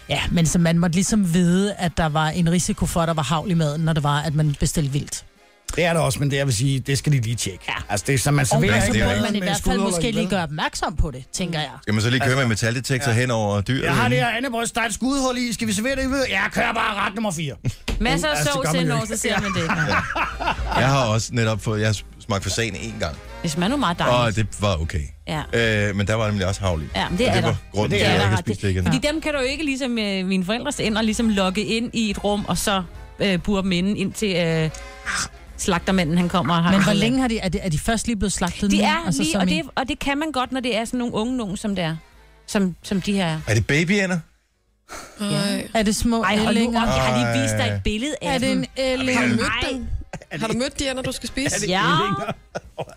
S4: Ja, men så man måtte ligesom vide, at der var en risiko for, at der var havl i maden, når det var, at man bestilte vildt.
S2: Det er der også, men det jeg vil sige, det skal de lige tjekke. Altså, det er som man
S4: Og
S2: serverer
S1: det er
S4: så
S2: ikke
S1: jo
S4: burde
S2: maden
S4: man i
S2: med
S4: hvert fald
S2: skudhuller
S4: måske
S2: i,
S4: lige
S2: vel?
S4: gøre opmærksom på det, tænker jeg.
S1: Skal man så lige køre med en metaldetektor hen over dyret?
S2: Altså, Jeg har det her andet bryst, der er et skudhul i. Skal vi servere det? i ved? Ja, kør bare ret nummer 4.
S3: Masser af
S2: Altså, det gør
S3: sovs
S2: man jo
S3: indover,
S2: ikke.
S3: så ser man det.
S1: Jeg har også netop fået, jeg har smagt fasan en gang,
S3: Det smager nu meget
S1: og
S3: dejligt.
S1: det var okay.
S3: Ja.
S1: Øh, men der var nemlig også havlig.
S3: Ja, men det
S1: Og
S3: er
S1: det
S3: der.
S1: var grunden
S2: Det
S1: til,
S2: er
S1: at jeg
S3: der
S1: ikke har
S3: ret i.
S1: spist det igen.
S3: Fordi dem kan du jo ikke ligesom øh, mine forældres ender ligesom lokke ind i et rum, og så øh, bure dem inde indtil øh, slagtermanden han kommer og har
S4: Men hvor længe har de, er de, er de først lige blevet slagtet
S3: De
S4: nu? Altså, så
S3: er lige,
S4: som
S3: og
S4: i-
S3: det, og det kan man godt, når det er sådan nogle unge nogen, som det er. Som, som de her er.
S1: Er det babyænder?
S5: Ej.
S4: Er det små
S3: Ej, hold nu
S4: ællinger?
S3: op. Jeg har lige vist dig
S1: Ej.
S3: et billede
S4: Er
S3: af
S4: det
S3: dem.
S4: en ælling?
S5: Har du mødt
S3: Ej.
S5: den? Har du mødt de når du skal spise?
S3: Ja,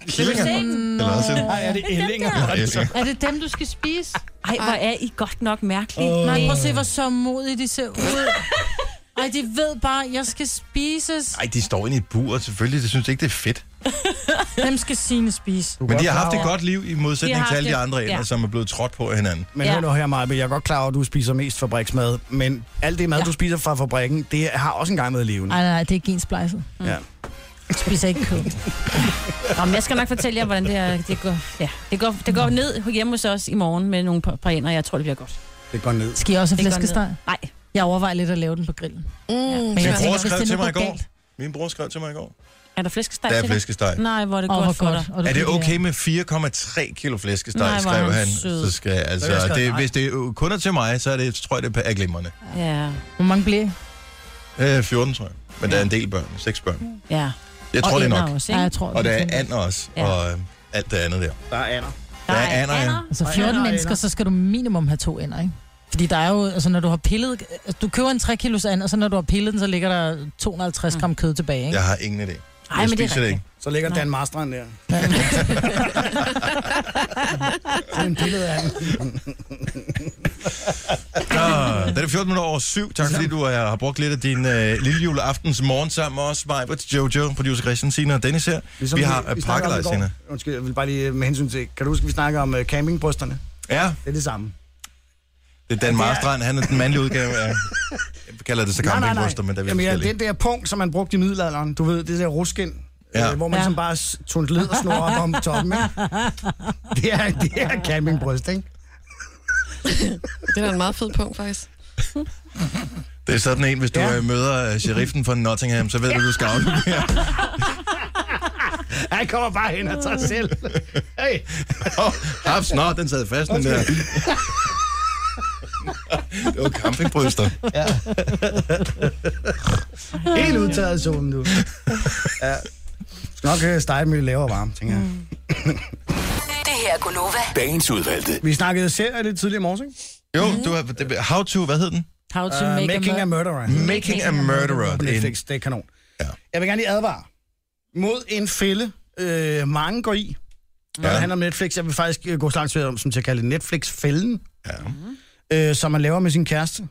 S1: Killinger? Eller også en-
S2: Nej, er det ællinger?
S1: Ja, ællinger.
S4: Er det dem, du skal spise?
S3: ej, hvor er I godt nok mærkelige.
S4: Nej, prøv at se, hvor så modige de ser ud. Ej, de ved bare, jeg skal spises.
S1: Ej, de står inde i et bur, selvfølgelig. Det synes jeg ikke, det er fedt.
S4: Dem skal sine spise.
S1: Men de har haft et godt liv i
S3: De
S1: modsætning
S3: har
S1: til alle de
S3: haft
S1: andre
S3: det.
S1: ænder,
S3: Ja.
S1: som er blevet trådt på af hinanden.
S2: Men
S3: Ja.
S2: hør nu her, Maja, jeg er godt klar over, at du spiser mest fabriksmad, men alt det mad, du spiser fra fabrikken, det har også engang været levende.
S4: Nej, nej, det er gensplejset.
S2: Ja.
S4: Jeg spiser ikke kød.
S3: Nå, men jeg skal nok fortælle jer, hvordan det, er, det går. Ja, det går, det går ned hjemme hos os i morgen med nogle par, par ender. Jeg tror, det bliver godt.
S2: Det går ned.
S4: Skal I også have
S3: Det går ned.
S4: flæskesteg?
S3: Nej,
S4: Jeg overvejer lidt at lave den på grillen.
S5: Mm.
S4: Men
S1: Min
S4: jeg
S1: bror
S4: tænker, hvis
S1: skrev
S4: det
S1: til
S4: nu
S1: mig i
S4: går
S1: går.
S4: galt.
S1: Min bror skrev til mig i går.
S3: er der flæskesteg
S1: Der er
S3: til dig?
S1: flæskesteg.
S3: Nej, hvor er det
S4: Åh,
S3: oh,
S4: hvor
S3: godt for
S4: godt.
S3: dig.
S4: Og du
S1: Er det
S4: fik,
S1: okay
S4: øh,
S1: med 4,3 kilo flæskesteg,
S3: Nej, hvor er
S1: skrev
S3: han
S1: han.
S3: sød.
S1: Så skal,
S2: Så jeg
S1: altså,
S2: skrev
S1: det,
S2: nej.
S1: hvis det er kunder til mig, så er det, tror jeg, det er glimrende.
S3: Ja,
S4: Hvor mange blev?
S1: Øh, 14, tror jeg. Men der er en del børn. Seks børn.
S3: ja.
S1: Jeg tror,
S3: Mm. og
S1: det er
S3: ender
S1: nok.
S3: Også,
S4: Ja,
S3: ikke?
S4: jeg tror,
S1: Og der
S4: det
S1: er
S4: sådan.
S1: and også,
S3: Ja.
S1: og øh, alt det andet der.
S2: Der er ander.
S1: Der er ander, ja.
S4: Altså
S2: Og
S4: 14
S2: ender,
S4: mennesker,
S2: ender.
S4: så skal du minimum have to ender, ikke? Fordi der er jo, altså når du har pillet, altså, du køber en 3 kilos and, og så når du har pillet den, så ligger der 250 gram kød tilbage, ikke?
S1: Jeg har ingen idé.
S3: Ej,
S1: Jeg
S3: men det
S1: spiser
S3: er
S1: det
S3: rigtigt.
S1: ikke.
S2: Så ligger Dan Marstrand der. Det er en billede af ham.
S1: Ah, det er 14 minutter over syv. Tak fordi du øh, har brugt lidt af din øh, lille juleaftens morgen sammen med os. Mig, Jojo, producer Christian, Sina og Dennis her.
S2: Ligesom
S1: vi har
S2: vi
S1: øh,
S2: snakkede om
S1: pakkelej,
S2: i går.
S1: Sina.
S2: Undskyld, jeg vil bare lige øh, med hensyn til, kan du huske, vi snakker om øh, campingbrysterne?
S1: Ja,
S2: Det er det samme.
S1: det er Dan Marstrand. Han er den mandlige udgave af... Jeg kalder det så campingryster, men der er vi
S2: Jamen, ja,
S1: forskellige.
S2: den der punkt, som man brugte i middelalderen, du ved, det der ruskind,
S1: Ja.
S2: ja. øh, hvor man ja. sådan bare s- tog en led og slog op om toppen, ikke? Det er, det er campingbryst, ikke?
S5: Det er da en meget fed punkt, faktisk.
S1: Det er sådan en, hvis du øh,
S2: Ja.
S1: ja. møder øh, sheriffen fra Nottingham, så ved du, du skal aflevere.
S2: Han kommer bare hen og tager selv. Hey.
S1: Åh, Haps, snart, den sad fast, den der. det var campingbryster.
S2: Helt udtaget af solen nu. Ja. Skal Nok øh, stege med lidt lavere varme, tænker jeg.
S7: Det her er Gunova.
S6: Dagens udvalgte.
S2: Vi snakkede serier lidt tidligere i morges, ikke?
S1: Jo, du har, det, how to, hvad hed den?
S4: How to
S1: Øh,
S2: Uh,
S4: make
S2: Making a
S4: mur-
S2: Murderer.
S1: Making a Murderer.
S2: på
S1: En,
S2: Netflix. Det er kanon.
S1: Ja.
S2: Ja. Jeg vil gerne lige advare mod en fælde, øh, mange går i, når
S1: Ja.
S2: det handler om Netflix. Jeg vil faktisk øh, gå så langt til, om, som til at kalde det Netflix-fælden,
S1: ja,
S2: øh, som man laver med sin kæreste,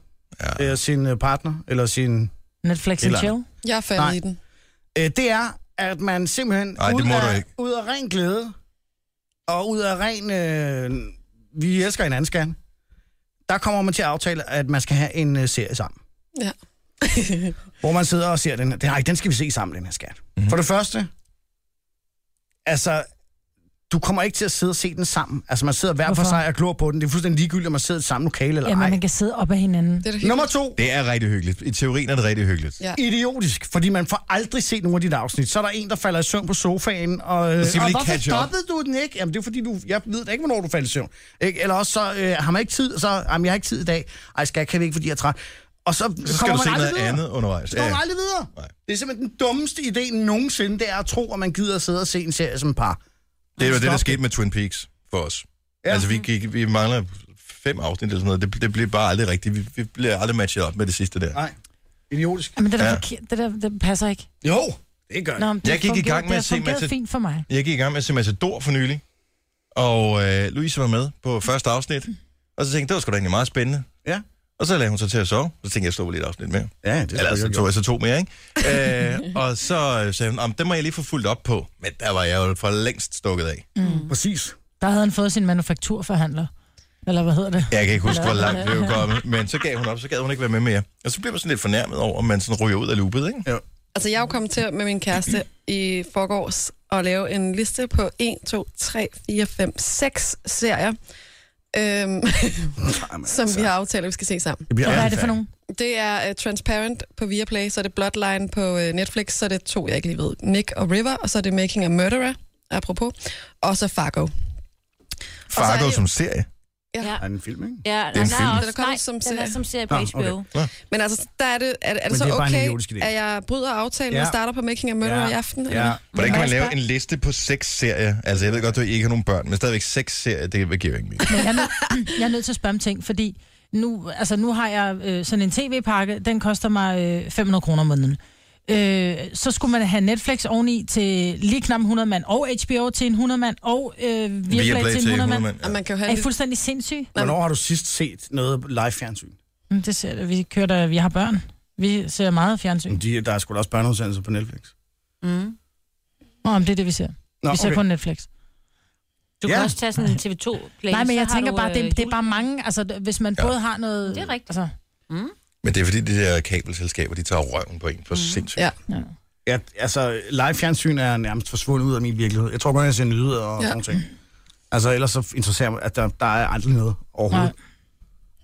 S1: ja.
S2: ja. øh, sin øh, partner, eller sin...
S4: Netflix and
S1: Eller-
S4: chill.
S5: Jeg er faldet
S2: Nej.
S5: i den.
S2: Øh, det er, at man simpelthen
S1: Ej, det
S2: ud,
S1: må du
S2: af,
S1: ikke.
S2: ud af ren glæde, og ud af ren... Øh, vi elsker hinanden, skal der kommer man til at aftale, at man skal have en øh, serie sammen.
S5: Ja.
S2: hvor man sidder og ser den her. Den- Nej, den skal vi se sammen, den her skat.
S1: Mhm.
S2: Mm-hmm. For det første, altså, du kommer ikke til at sidde og se den sammen. Altså, man sidder hver Hvorfor? for
S4: Hvorfor?
S2: sig og glor på den. Det er fuldstændig ligegyldigt, om man sidder i et samme lokale eller
S4: Jamen,
S2: ej.
S4: man kan sidde op ad hinanden.
S5: Det er det
S2: Nummer to,
S1: Det er rigtig hyggeligt. I teorien er det rigtig hyggeligt.
S5: Ja.
S2: idiotisk, fordi man får aldrig set nogen af dit afsnit. Så er der en, der falder i søvn på sofaen, og, øh,
S1: Så skal vi
S2: og
S1: lige
S2: hvorfor
S1: catch up."
S2: stoppede du den ikke? Jamen, det er fordi, du, jeg ved da ikke, hvornår du faldt i søvn. Ikke? Eller også, så øh, har man ikke tid, så, jamen, jeg har ikke tid i dag. Ej, skat, kan vi ikke, fordi jeg er træt. Og så,
S1: Så skal
S2: kommer
S1: du
S2: man
S1: se
S2: aldrig
S1: noget
S2: videre.
S1: andet undervejs.
S2: Så kommer man aldrig videre.
S1: Nej.
S2: Nej. Det er simpelthen den dummeste idé nogensinde, det er at tro, at man gider at sidde og se en serie som par.
S1: Det var det, der
S2: Stop.
S1: skete med Twin Peaks for os. Ja.
S2: Ja.
S1: Altså, vi, gik, vi mangler fem afsnit eller sådan noget. Det, det blev bare aldrig rigtigt. Vi, vi blev aldrig matchet op med det sidste der.
S2: Nej. Idiotisk.
S4: Jamen, det, der
S1: Ja.
S4: ja. forkert, det, der, det passer ikke.
S2: Jo, det gør det.
S4: Nå, men det
S1: Jeg gik i
S4: fungerede-
S1: gang med
S4: det
S1: at se
S4: fungerede
S1: Matador.
S4: fint for mig.
S1: Jeg gik i gang med at se Matador for nylig, og øh, Louise var med på første afsnit. Og så tænkte jeg, det var sgu da egentlig meget spændende.
S2: Ja.
S1: Og så lagde hun sig til at sove. Så tænkte jeg, jeg slår lige et afsnit mere.
S2: Ja, det
S1: Eller altså, så tog jeg så to mere, ikke? øh, og så øh, sagde hun, "Om, den må jeg lige få fuldt op på. Men der var jeg jo for længst stukket af.
S2: Præcis.
S4: Der havde han fået sin manufakturforhandler. Eller hvad hedder det?
S1: Jeg kan ikke huske, hvor langt vi var kommet. Men så gav hun op, så gad hun ikke være med mere. Og så blev man sådan lidt fornærmet over, at man sådan ryger ud af loopet, ikke?
S5: Altså, jeg er jo kommet til med min kæreste i forgårs at lave en liste på 1, 2, 3, 4, 5, 6 serier, øhm,
S2: Jamen,
S5: som vi har aftalt, at vi skal se sammen.
S2: Det bliver
S4: Og hvad er
S2: aldrig
S4: det for
S2: færdigt.
S4: nogen?
S5: Det er uh, Transparent på Viaplay, så er det Bloodline på uh, Netflix, så er det to, jeg ikke lige ved, Nick og River, og så er det Making a Murderer, apropos, og så Fargo. så er
S1: Fargo
S5: det-
S1: som serie.
S3: Ja.
S2: Er det en film, ikke?
S3: Ja,
S1: en
S3: den
S1: film.
S3: Er
S5: Den er
S3: også,
S5: kommet
S3: nej,
S5: som
S3: som den er
S5: serie.
S3: som serie på
S2: Nå,
S3: HBO. Okay.
S5: Men altså, der er det, er, er det så
S2: det er bare en
S5: okay,
S2: idiotisk idé.
S5: at jeg bryder aftalen ja.
S2: Ja.
S5: og starter på Making a Murderer ja. i aften?
S2: Ja.
S1: Hvordan kan man
S4: Må jeg
S1: lave
S4: spørge?
S1: en liste på seks serier? Altså, jeg ved godt, du ikke har nogen børn, men stadigvæk seks serier, det giver jo ikke mening.
S4: Men jeg er, nød, jeg er nødt til at spørge om ting, fordi nu, altså nu har jeg øh, sådan en tv-pakke, den koster mig øh, 500 kroner om måneden. Øh, så skulle man have Netflix oveni til lige knap 100 mand, og HBO til en 100 mand, og øh, Viaplay,
S1: Viaplay
S4: til en 100 mand.
S5: Og man kan jo have
S4: Er
S5: en
S4: I
S5: lille-
S4: fuldstændig sindssyg?
S2: Hvornår har du sidst set noget live fjernsyn?
S4: Mm, Det ser, vi kører da, vi har børn. Vi ser meget fjernsyn.
S2: De, der er sgu da også børneudsendelser på Netflix.
S4: Nå, men det er det, vi ser.
S2: Nå,
S4: vi ser kun Netflix.
S3: Du kan
S2: Ja.
S3: også tage sådan en TV2-play.
S4: Nej, men jeg
S3: så har
S4: tænker
S3: du,
S4: bare,
S3: øh,
S4: det, det er bare mange, altså d- hvis man
S1: Ja.
S4: ja. både har noget...
S3: Det er rigtigt.
S4: Altså,
S1: Men det er fordi, de der kabelselskaber, de tager røven på en for mm. sindssygt.
S5: Ja.
S4: ja.
S2: Ja, altså, live fjernsyn er nærmest forsvundet ud af min virkelighed. Jeg tror godt, jeg ser nyheder og
S5: Ja.
S2: ja. sådan ting. Altså, ellers så interesserer mig, at der, der er aldrig noget overhovedet.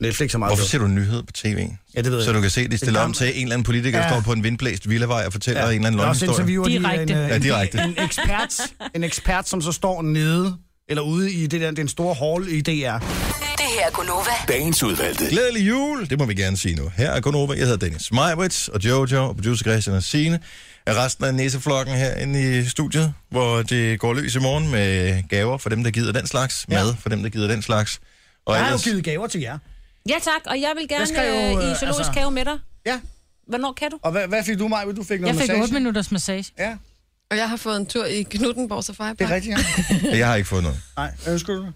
S2: Nej. Netflix er meget
S1: Hvorfor
S2: bedre.
S1: ser du nyheder på tv?
S2: Ja, det ved jeg
S1: Så du
S2: ikke.
S1: kan se, at de stiller om
S2: gamle-
S1: til en eller anden politiker, der
S2: Ja.
S1: står på en vindblæst villavej og fortæller ja. en eller anden
S2: Der er også
S1: løgnhistorie.
S2: interviewer de
S4: Direkte.
S2: en, øh,
S1: Ja, direkte.
S2: En, en, ekspert, en ekspert, som så står nede eller ude i det der, den store hall i DR.
S7: Det her er Gunova.
S6: Dagens udvalgte.
S1: Glædelig jul, det må vi gerne sige nu. Her er Gunova, jeg hedder Dennis Majbrits og Jojo og producer Christian og Signe. Er resten af næseflokken herinde i studiet, hvor det går løs i morgen med gaver for dem, der gider den slags,
S2: Ja.
S1: mad for dem, der gider den slags. Og
S2: Jeg har jo givet gaver til jer.
S3: Ja tak, og jeg vil gerne
S2: skal jo,
S3: øh, i
S2: øh,
S3: zoologisk
S2: altså-
S3: have med dig.
S2: Ja,
S3: Hvornår kan du?
S2: og hvad, hvad fik du, Maja? Du fik noget
S4: Jeg fik
S2: massage?
S4: 8 minutters massage.
S2: Ja,
S5: Og jeg har fået en tur i Knuttenborg Safari
S2: det
S5: Park.
S2: er rigtigt, ja.
S1: jeg har ikke fået noget.
S2: Nej, ønsker du det?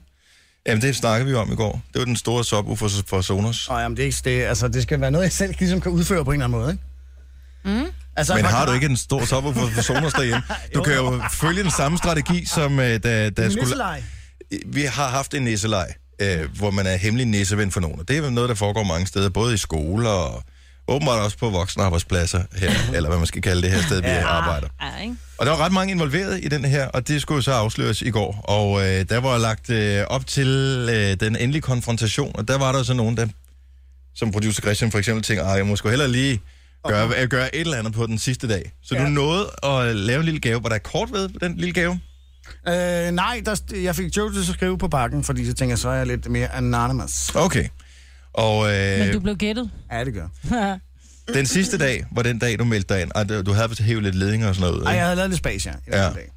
S1: Jamen, det snakkede vi om i går. Det var den store sopu for, for Sonos.
S2: Nå, jamen, det, er ikke, det, altså, det skal være noget, jeg selv ligesom kan udføre på en eller anden måde, ikke? Mm. Altså,
S1: Men
S2: man
S1: har
S2: kan
S1: du
S2: bare-
S1: ikke en stor subwoofer for Sonos derhjemme? Du kan jo følge den samme strategi, som øh, da, da skulle...
S2: Nisselej.
S1: Vi har haft en nisselej, øh, hvor man er hemmelig nisseven for nogen. Og det er vel noget, der foregår mange steder, både i skoler og åbenbart også på voksenarbejdspladser her, eller hvad man skal kalde det her sted, vi arbejder.
S3: Ja, ikke?
S1: Og der var ret mange involveret i den her, og det skulle jo så afsløres i går. Og øh, der var lagt øh, op til øh, den endelige konfrontation, og der var der så nogen, der, som producer Christian for eksempel, tænkte, "Ej, jeg må sgu hellere lige Gør, gør et eller andet på den sidste dag. Så ja. du nåede at lave en lille gave. Var der kort ved den lille gave?
S2: Øh, nej, der, jeg fik Joe til at skrive på bakken, fordi så tænker jeg, så er jeg lidt mere anonymous.
S1: Okay. Og
S4: Men
S1: øh,
S4: du blev gættet.
S2: Ja, det gør.
S1: den sidste dag var den dag, du meldte dig ind. Og du havde vist hævet lidt ledninger og sådan noget.
S2: Ej,
S1: ikke?
S2: jeg havde lavet lidt spas, ja. i den
S1: Ja.
S2: her Dag.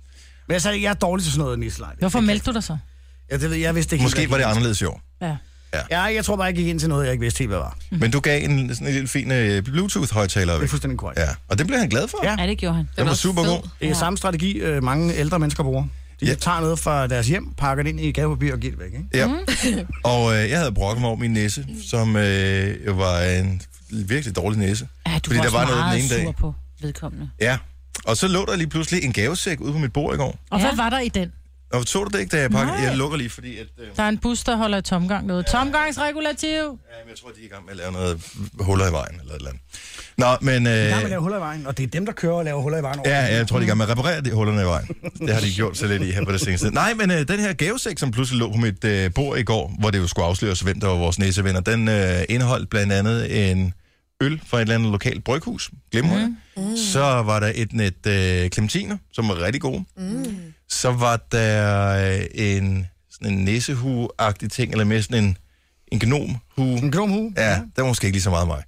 S2: Men jeg sagde, jeg er dårlig til sådan noget, Niels Leite.
S4: Hvorfor meldte du dig så?
S2: Ja, det ved jeg, jeg vidste ikke.
S1: Måske
S2: helt,
S1: var
S2: hvad
S1: det anderledes i år.
S4: Ja.
S2: Ja, jeg tror bare, jeg gik ind til noget, jeg ikke vidste helt, hvad var.
S1: Men du gav en, sådan en lille fin øh, Bluetooth-højtaler
S2: Det er
S1: væk.
S2: fuldstændig korrekt. Ja.
S1: Ja, og den blev han glad for.
S2: Ja.
S3: Ja, det gjorde han.
S1: Den var super god.
S2: Det er samme strategi, øh, mange ældre mennesker bruger. De
S1: Ja.
S2: ja. tager noget fra deres hjem, pakker det ind i et gavepapir og giver det væk, ikke?
S1: Ja. Og øh, jeg havde brokket mig over min næse, som øh, jo var en virkelig dårlig næse.
S3: Ja, du
S1: Fordi
S3: var
S1: der
S3: også
S1: var noget den
S3: meget
S1: ene dag.
S3: sur på vedkommende.
S1: Ja. Og så lå der lige pludselig en gavesæk ude på mit bord i går.
S4: Og
S3: Ja.
S4: hvad var der i den?
S1: Og så du det ikke, da jeg pakkede?
S4: Nej.
S1: Jeg lukker lige, fordi at, øh,
S4: Der er en bus, der holder i tomgang noget. Tomgangsregulativ.
S1: jamen, jeg tror, de er i gang med at lave noget huller i vejen eller et eller andet. Nå, men... Øh,
S2: Ja, man laver huller i vejen, og det er dem, der kører og laver huller i vejen. over.
S1: Ja, jeg tror, de er i gang med at reparere de hullerne i vejen. Det har de gjort så lidt i her på det seneste. Nej, men øh, den her gavesæk, som pludselig lå på mit øh, bord i går, hvor det jo skulle afsløres, hvem der var vores næsevenner, den øh, indeholdt blandt andet en øl fra et eller andet lokalt bryghus, glemmer jeg. Mm. Så var der et net øh, clementiner, som var rigtig gode. Mm. Så var der øh, en, sådan en næsehue-agtig ting, eller mere sådan en, en gnomhue.
S2: En glomhue.
S1: Ja, det var måske ikke lige så meget mig.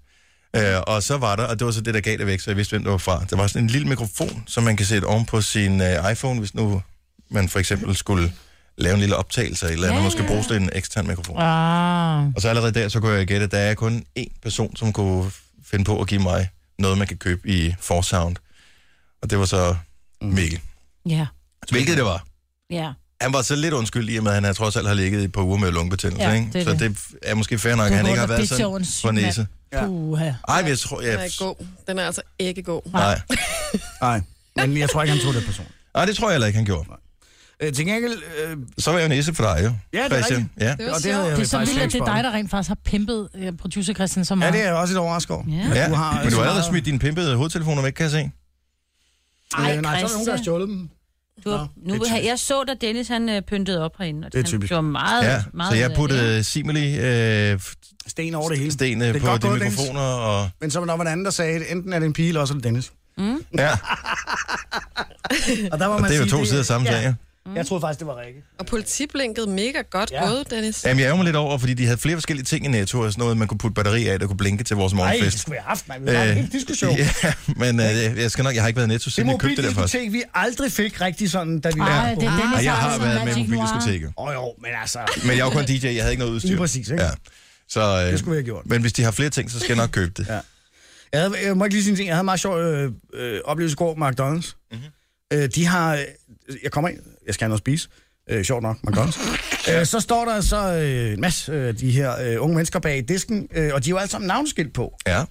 S1: Øh, og så var der, og det var så det, der gav det væk, så jeg vidste, hvem det var fra. Der var sådan en lille mikrofon, som man kan sætte oven på sin øh, iPhone, hvis nu man for eksempel skulle lave en lille optagelse, eller ja, man måske bruge sådan en ekstern mikrofon. Ja.
S4: Ah.
S1: Og så allerede der, så kunne jeg gætte, at der er kun én person, som kunne f- finde på at give mig noget, man kan købe i Forsound. Og det var så
S4: Mm.
S1: Mikkel.
S3: Ja,
S1: Hvilket det var.
S3: ja.
S1: Han var så lidt undskyld i, og med, at han trods alt har ligget i et par uger med lungebetændelse.
S4: Ja,
S1: ikke?
S4: det er
S1: så
S4: det.
S1: det er måske fair nok, at
S4: Du
S1: han
S4: går
S1: ikke har
S4: under
S1: været
S4: bitch
S1: sådan
S4: over en
S1: for
S4: syg mand.
S1: næse.
S2: Ja.
S4: Puha.
S1: Ej, men jeg tror... Jeg,
S5: Den er ikke god. Den er altså ikke god.
S1: Nej.
S2: Nej, men jeg tror ikke, han tog det person.
S1: Nej, det tror jeg heller ikke, han gjorde.
S2: Øh, til gengæld, øh,
S1: Så var jeg jo næse for dig, jo.
S2: Ja, det er rigtigt.
S1: Ja.
S5: Det var
S2: og det havde
S5: sjovt.
S2: jeg
S4: Det er så
S2: faktisk
S4: vildt, at
S2: ikke
S4: det er
S2: spottet.
S4: dig, der rent faktisk har pimpet øh, producer Christian så
S2: Ja,
S4: meget.
S2: det er jeg også lidt overrasket over.
S4: Ja.
S2: At
S1: ja.
S2: Du har, altså
S1: Men du har
S2: så
S1: allerede
S2: meget-
S1: smidt dine pimpede hovedtelefoner væk, kan jeg se.
S2: Øh, nej, så er der nogen, der har stjålet dem.
S3: Du,
S2: Nå,
S3: har- nu,
S2: det er
S3: her, jeg så, da Dennis han øh, pyntede op herinde, og
S2: Det er
S3: han
S2: typisk.
S3: gjorde meget,
S1: Ja,
S3: meget øh,
S1: så
S3: ud
S1: jeg
S3: af det.
S1: puttede simili øh,
S2: Sten over det hele.
S1: stenene
S2: Det er
S1: på
S2: godt
S1: de
S2: gået, Dennis.
S1: mikrofoner. Og...
S2: Men så var der var en anden, der sagde, at enten er det en pige, eller også er det Dennis.
S1: Ja,
S2: Og der var
S1: og
S2: man
S1: det er jo
S2: sige,
S1: to sider af samme sag. Ja.
S2: Mm. Jeg troede faktisk, det var Rikke.
S5: Og politiblinkede mega godt ja.
S2: Ja.
S5: gået, Dennis.
S1: Jamen, jeg ærger mig lidt over, fordi de havde flere forskellige ting i Netto, og sådan noget, man kunne putte batteri af, der kunne blinke til vores
S2: Nej, det
S1: morgenfest. Øh,
S2: skulle jeg have haft, man. Vi har en helt diskussion.
S1: ja, men øh, jeg skal nok, jeg har ikke været i Netto,
S2: Det
S1: siden jeg købte det der først.
S2: mobildiskotek, vi aldrig fik rigtig sådan, da vi var
S4: Ej, det er Dennis,
S1: Ej, jeg
S4: der
S1: har
S4: sådan
S1: været med i
S4: Altså, Magic Noir.
S1: mobildiskoteket.
S2: Åh jo, men altså,
S1: Men jeg var kun DJ, jeg havde ikke noget udstyr.
S2: Lige præcis, ikke?
S1: Ja. Så, øh,
S2: Det skulle vi have gjort.
S1: Men hvis de har flere ting, så skal jeg nok købe det.
S2: Ja. jeg, havde, jeg må ikke lige sige en ting. Jeg havde en meget sjov øh, øh, oplevelse i går på McDonald's.
S1: Mhm.
S2: Mm-hmm. Øh, de har... øh, Jeg kommer ind, jeg skal have noget at spise. Øh, sjovt nok, McDonald's. øh, så står der så øh, en masse øh, de her øh, unge mennesker bag disken, øh, og de har jo alle sammen navnskilt på.
S1: ja.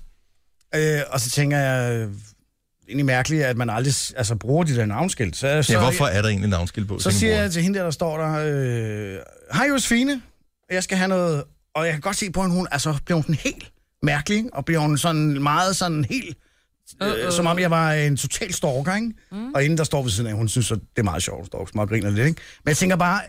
S2: Øh, og så tænker jeg, øh, det er egentlig mærkeligt, at man aldrig s- altså, bruger de der navnskilt. Så, så,
S1: Ja, hvorfor er der egentlig navnskilt på?
S2: så
S1: tænker
S2: siger
S1: brugeren?
S2: jeg til hende der, der står der, øh, hej Josefine, jeg skal have noget, og jeg kan godt se på hende, hun, altså bliver hun sådan helt mærkelig, ikke? og bliver hun sådan meget sådan helt, øh, som om jeg var en total stalker, ikke? Mm. Og inden der står ved siden af, hun synes, at det er meget sjovt, at stalker, og griner lidt, ikke? Men jeg tænker bare,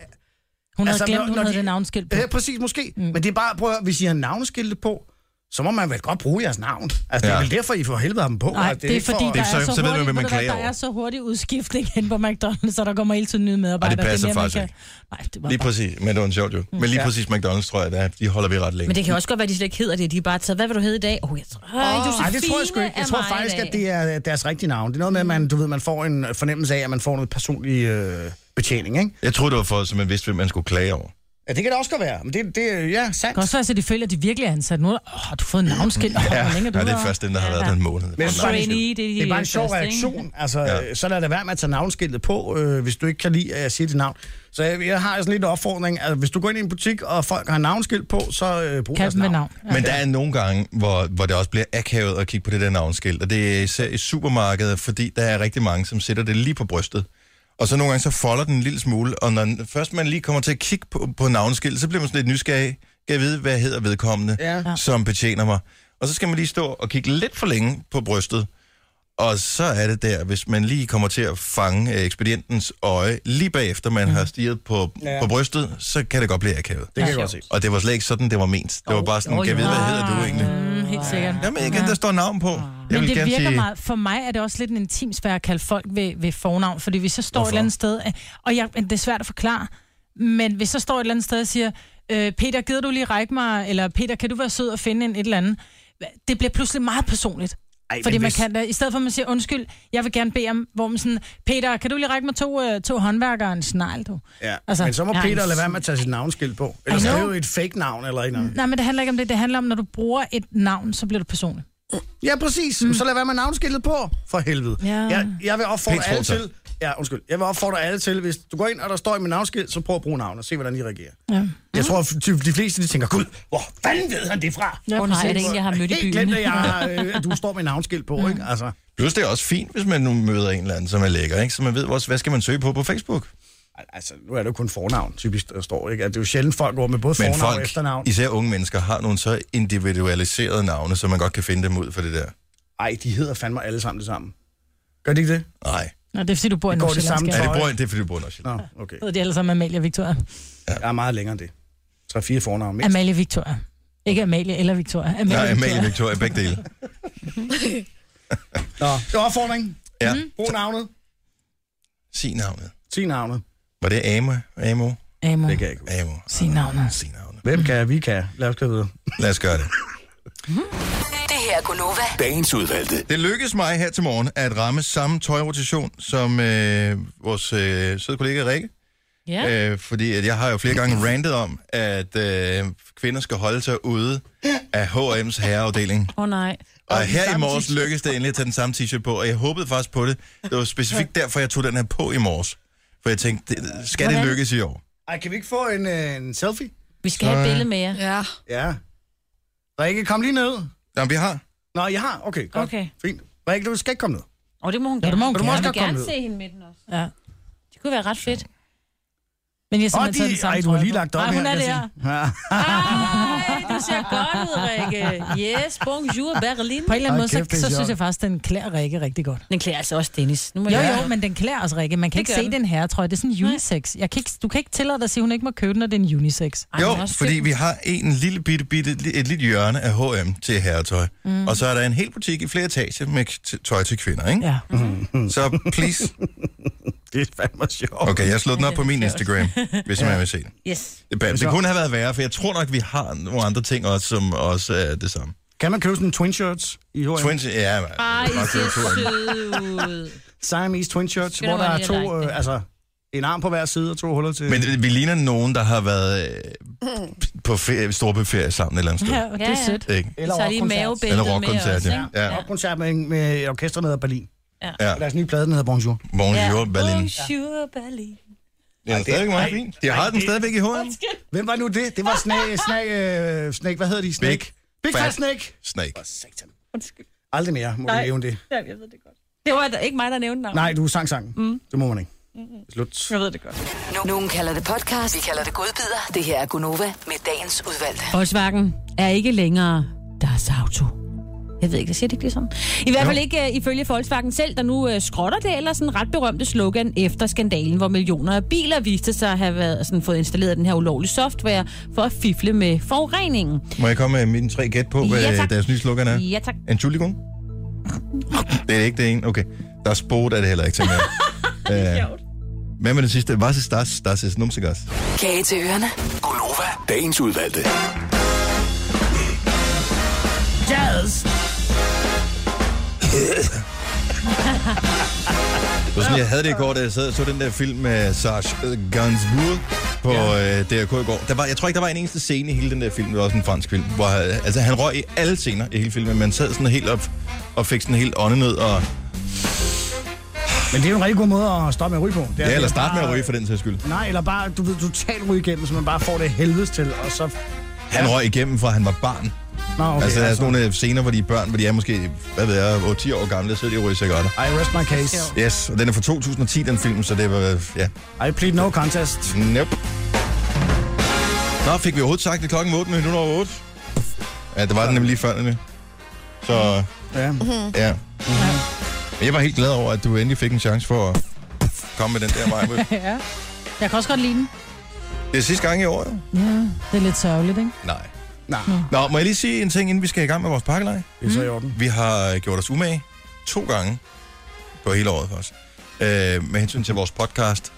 S4: Hun havde
S2: Altså,
S4: glemt,
S2: når-
S4: hun
S2: når
S4: havde
S2: de-
S4: det navnskilt på.
S2: Ja, præcis, måske. Mm. Men det er bare, prøv at høre, hvis I har navneskilte på, så må man vel godt bruge jeres navn. Altså, det
S1: Ja.
S2: er vel derfor, I får helvede har dem på.
S4: Nej,
S2: Altså,
S4: det er
S2: ikke
S4: fordi, der
S1: Det er
S4: er
S1: så-
S4: så
S1: så ved man,
S4: hurtig-
S1: hvem man
S4: ved du hvad,
S1: klager
S4: der
S1: over.
S4: er så hurtig udskiftning hen på McDonald's, så der kommer hele tiden nye medarbejdere.
S1: passer
S4: er mere, man
S1: faktisk
S4: kan-
S1: ikke.
S4: Nej, det var
S1: Lige
S4: bare...
S1: præcis, men det var en sjov joke. Men lige præcis McDonald's, tror jeg, der, de holder vi ret længe.
S3: Men det kan også godt være, at de slet ikke hedder det. De er bare taget, hvad vil du hedde i dag? Åh, oh, jeg tror, oh,
S2: Ej, det tror jeg sgu ikke. Jeg tror faktisk, at det er deres rigtige navn. Det er noget med, at man, du ved, man får en fornemmelse af, at man får noget personlig øh, betjening, ikke?
S1: Jeg troede, det var for, så man vidste, hvem man skulle klage over.
S2: Ja, det kan det også godt være. Men det, det er- ja,
S4: Det kan
S2: sandt.
S4: også være, at de føler, at de virkelig er ansat. Nu er der, åh, har du fået en navnskilt? Åh, hvor længe er du
S1: ja, det er
S4: her?
S1: først den, der har været
S4: Ja.
S1: den måned.
S2: Men
S1: Nej.
S2: så-
S3: Trainee, det er de
S2: Det er bare en sjov
S3: første, ikke?
S2: reaktion. Altså,
S1: Ja.
S2: ja. så lad det være med at tage navnskiltet på, øh, hvis du ikke kan lide, at jeg siger dit navn. Så jeg, jeg har sådan lidt en opfordring, at hvis du går ind i en butik, og folk har navnskilt på, så øh, brug
S4: Kald
S2: deres
S4: dem ved
S2: navn.
S4: navn. Ja.
S1: Men der er nogle gange, hvor, hvor det også bliver akavet at kigge på det der navnskilt, og det er især i supermarkedet, fordi der er rigtig mange, som sætter det lige på brystet. Og så nogle gange, så folder den en lille smule, og når først man lige kommer til at kigge på, på navnskiltet, så bliver man sådan lidt nysgerrig. Kan jeg vide, hvad hedder vedkommende, ja.
S2: Ja.
S1: som betjener mig? Og så skal man lige stå og kigge lidt for længe på brystet, Og så er det der, hvis man lige kommer til at fange øh, ekspedientens øje, lige bagefter man har stiget på, ja.
S2: Mhm. Ja.
S1: på brystet, så kan det godt blive akavet.
S2: Det kan jeg godt se.
S1: Og det var slet ikke sådan, det var ment. Det var bare sådan,
S3: Jo,
S1: kan jeg
S3: jo.
S1: vide, hvad hedder du egentlig?
S4: Mm, helt sikkert.
S1: Jamen igen, der står navn på. Jeg
S4: Men
S1: vil
S4: det
S1: gerne
S4: virker
S1: sige...
S4: meget. For mig er det også lidt en intim sfære at kalde folk ved, ved fornavn, fordi hvis jeg står Hvorfor? et eller andet sted, øh, og jeg, det er svært at forklare, men hvis jeg står et eller andet sted og siger, øh, Peter, gider du lige række mig, eller Peter, kan du være sød og finde en et eller andet? Det bliver pludselig meget personligt. Ej, fordi
S2: men
S4: man
S2: hvis-
S4: kan da, i stedet for at man siger, undskyld, jeg vil gerne bede om, hvor man sådan, Peter, kan du lige række mig to, øh, to håndværkere og en snegl, du?
S2: Ja.
S4: Altså,
S2: Altså, men så må
S4: jeg er
S2: Peter
S4: en
S2: lade være med at tage sit navnskilt på. Eller
S4: I know.
S2: skrive et fake navn eller et eller andet.
S4: Nej, men det handler ikke om det. Det handler om, når du bruger et navn, så bliver du personlig.
S2: Ja, præcis. Mm. Så lad være med navnskiltet på, for helvede.
S4: Ja.
S2: Jeg, jeg vil opfordre
S1: Pænt
S2: alle
S1: fortsat.
S2: til... Ja, undskyld. Jeg vil opfordre alle til, hvis du går ind, og der står i min navnskilt, så prøv at bruge navn og se, hvordan I reagerer.
S4: Ja.
S2: Jeg tror, at de, de fleste de tænker, gud, hvor fanden ved han det fra?
S4: Ja,
S3: Åh, nej, er det en, jeg har mødt i
S2: Helt
S3: byen?
S2: glemt, at, jeg, har, øh, at du står med en navnskilt på, ikke? Altså,
S1: Plus, det er også fint, hvis man nu møder en eller anden, som er lækker, ikke? Så man ved også, hvad skal man søge på på Facebook?
S2: al- altså, nu er det jo kun fornavn, typisk, der står, ikke? At det er jo sjældent, folk går med både
S1: Men
S2: fornavn og
S1: folk,
S2: efternavn.
S1: især unge mennesker, har nogle så individualiserede navne, så man godt kan finde dem ud for det der.
S2: Ej, de hedder fandme alle sammen det samme. Gør de ikke det?
S1: Nej.
S4: Nå, det er fordi, du bor i
S2: Det går det
S4: Nordsjælland.
S2: samme
S1: Ja,
S4: Det
S1: det, bor, det er, fordi du bor i Nordsjælland.
S2: Nå, okay.
S4: hedder de alle sammen Amalie og Victoria.
S2: Jeg er meget længere end det. Så fire fornavn mindst.
S4: Amalie Victoria. Ikke Amalie eller Victoria. Amalie,
S1: Nej, Amalie
S4: Victoria.
S1: Victoria, begge dele.
S2: Nå, det er opfordringen.
S1: Ja.
S2: Brug navnet.
S1: Sig navnet.
S2: Sig navnet.
S1: Var det Amo? Amo?
S4: Amo.
S2: Det kan jeg ikke.
S1: Amo.
S4: Sig navnet.
S1: Sig navnet.
S2: Hvem kan, vi kan. Lad os gå videre.
S1: Lad os gøre det.
S7: Det her er Gunova.
S6: Dagens udvalgte.
S1: Det lykkedes mig her til morgen at ramme samme tøjrotation som øh, vores øh, søde kollega Rikke.
S3: Ja.
S1: Øh, fordi at jeg har jo flere gange rantet om, at øh, kvinder skal holde sig ude af H&M's herreafdeling.
S3: Åh, oh, nej.
S1: Og her i morges lykkedes det endelig at tage den samme t-shirt på, og jeg håbede faktisk på det. Det var specifikt derfor, jeg tog den her på i morges. For jeg tænkte, det, skal det
S3: Hvordan?
S1: lykkes i år?
S2: Ej, kan vi ikke få en, øh, en selfie?
S3: Vi skal have et
S1: Så-
S3: billede med jer.
S5: Ja.
S2: Ja. Rikke, kom lige ned.
S1: Jamen, vi har.
S2: Nå, jeg har. Okay, godt.
S3: Okay.
S2: Fint. Rikke, du skal ikke komme ned.
S3: Og det må hun
S4: Ja, det
S3: gerne.
S4: må hun gerne.
S3: Jeg vil
S2: Du må også
S3: gerne
S2: godt komme
S3: se hende med den også.
S4: Ja.
S3: Det kunne være ret fedt.
S4: Men jeg har
S2: Åh,
S4: simpelthen taget den
S2: de,
S4: samme
S2: ej, du har
S4: trøje
S2: lige
S4: på.
S2: lagt op
S4: Ej,
S2: her. Altså,
S4: hun er
S2: kan jeg
S4: der.
S2: se. Ja.
S3: Ej, du ser godt ud, Rikke. Yes, bonjour, Berlin.
S4: På en eller anden
S2: Ej,
S4: måde,
S2: kæft, det er
S4: så, så synes
S2: sjovt.
S4: jeg faktisk, den klæder Rikke rigtig godt.
S3: Den klæder altså også Dennis. Nu må
S4: Jo,
S3: jeg...
S4: jo, men den klæder os Rikke. Man kan
S3: Det
S4: ikke se
S3: gør den.
S4: den her, tror jeg. Det er sådan unisex. Jeg kan ikke, du kan ikke tillade dig at sige, at hun ikke må købe den, når det er en unisex.
S3: Ej, men
S1: Jo,
S3: også
S1: fordi
S3: fedt.
S1: vi har en lille bitte, bitte, et lille hjørne af H&M til herretøj. Mm. Og så er der en hel butik i flere etager med t- tøj til kvinder, ikke?
S4: Ja.
S2: Mm-hmm.
S1: Ja. Så please.
S2: Det er fandme sjovt.
S1: Okay, jeg slår den op på min Instagram, hvis man vil se det.
S3: Yes.
S1: Det, det kunne have været værre, for jeg tror nok, vi har nogle andre ting også, som også er det samme.
S2: Kan man købe sådan twin shirts i H&M?
S1: Twins, ja, man.
S3: H&M. Ej, I
S1: Bare
S3: ser
S1: købe to af dem.
S3: søde ud.
S2: Siamese twin shirts,
S3: Skal der
S2: hvor der
S3: være
S2: er
S3: lidt
S2: to,
S3: langt?
S2: øh, altså en arm på hver side og to huller til.
S1: Men det- vi ligner nogen, der har været øh, på ferie, storbeferie sammen et eller andet sted.
S4: ja,
S1: Ja.
S4: og det er
S3: Ja, ja.
S4: sødt.
S1: Ikke?
S3: Så er lige
S2: rockkoncert.
S1: Eller
S3: mavebæltet med
S1: rockkoncert,
S3: os,
S1: ja.
S3: ikke?
S1: Ja.
S2: Rockkoncert med, med orkestret nede af Berlin.
S1: Ja.
S2: Deres nye plade, den hedder Bonjour.
S1: Bonjour,
S3: Oh,
S1: Berlin.
S3: Bonjour, Berlin.
S1: Det er stadigvæk meget fint. De har den stadigvæk i H&M. hovedet.
S2: Hvem var nu det? Det var Snake, Snake, øh, Snake hvad hedder de? Snake.
S1: Big
S2: Big
S1: Fat
S2: Fat Snake.
S1: Snake.
S2: Satan.
S3: Undskyld.
S2: Aldrig mere må du
S3: Nej.
S2: nævne det.
S3: Ja, jeg ved det godt. Det var da ikke mig, der nævnte navnet.
S2: Nej, du sang sangen. Mm. Det må man ikke. Slut.
S3: Jeg ved det godt.
S7: Nu- Nogen kalder det podcast, vi kalder det godbider. Det her er Gunova med dagens udvalgte.
S3: Volkswagen er ikke længere deres auto. Jeg ved ikke, jeg siger det ikke lige sådan. I hvert fald ikke uh, ifølge Volkswagen selv, der nu uh, skrotter det ellers en ret berømte slogan efter skandalen, hvor millioner af biler viste sig at have været, sådan, fået installeret den her ulovlige software for at fifle med forureningen.
S1: Må jeg komme med mine tre gæt på, hvad
S3: Ja, tak.
S1: deres nye slogan er?
S3: Ja tak.
S1: Entschuldigung? Det er ikke det ene. Okay. Der er sport, er det heller ikke, tænker jeg. Øh, Hvad med det sidste? Was ist das? Das ist Numsegas.
S7: Kage til ørerne.
S6: Gunova. Dagens udvalgte.
S1: Det var sådan, jeg havde det i går, da jeg sad og så den der film med Serge Gainsbourg på ja. øh, DRK i går. Der var, jeg tror ikke, der var en eneste scene i hele den der film, det var også en fransk film, hvor øh, altså, han røg i alle scener i hele filmen. Man sad sådan helt op og fik sådan helt åndenød. Og,
S2: Men det er jo en rigtig god måde at stoppe med at ryge på. Det er,
S1: ja, eller
S2: at
S1: starte med at
S2: bare-
S1: ryge for den sags skyld.
S2: Nej, eller bare, du ved, totalt ryge igennem, så man bare får det helvedes til, og så...
S1: Han røg igennem, fra han var barn.
S2: Nå, okay,
S1: Okay, altså, der er sådan nogle øh, scener, hvor de er børn, hvor de er måske, hvad ved jeg, 8-10 år gamle, der sidder de og ryger cigaretter.
S2: I rest my case.
S1: Yes, og den er fra 2010, den film, så det var, øh, ja,
S2: I plead no contest.
S1: Nope. Nå, fik vi overhovedet sagt, det er klokken 8 minutter over 8. Ja, det var den nemlig lige før, nemlig. Så,
S2: Ja.
S1: ja. Mm-hmm. Jeg var helt glad over, at du endelig fik en chance for at komme med den der vej.
S4: Ja. Jeg kan også godt lide den.
S1: Det er sidste gang i år, jo.
S4: Ja, det er lidt sørgeligt, ikke?
S1: Nej.
S2: Nej,
S1: Nå, må jeg lige sige en ting, inden vi skal i gang med vores pakkelej?
S2: det er så i orden.
S1: Vi har øh, gjort os umage to gange på hele året faktisk. Øh, med hensyn til vores podcast.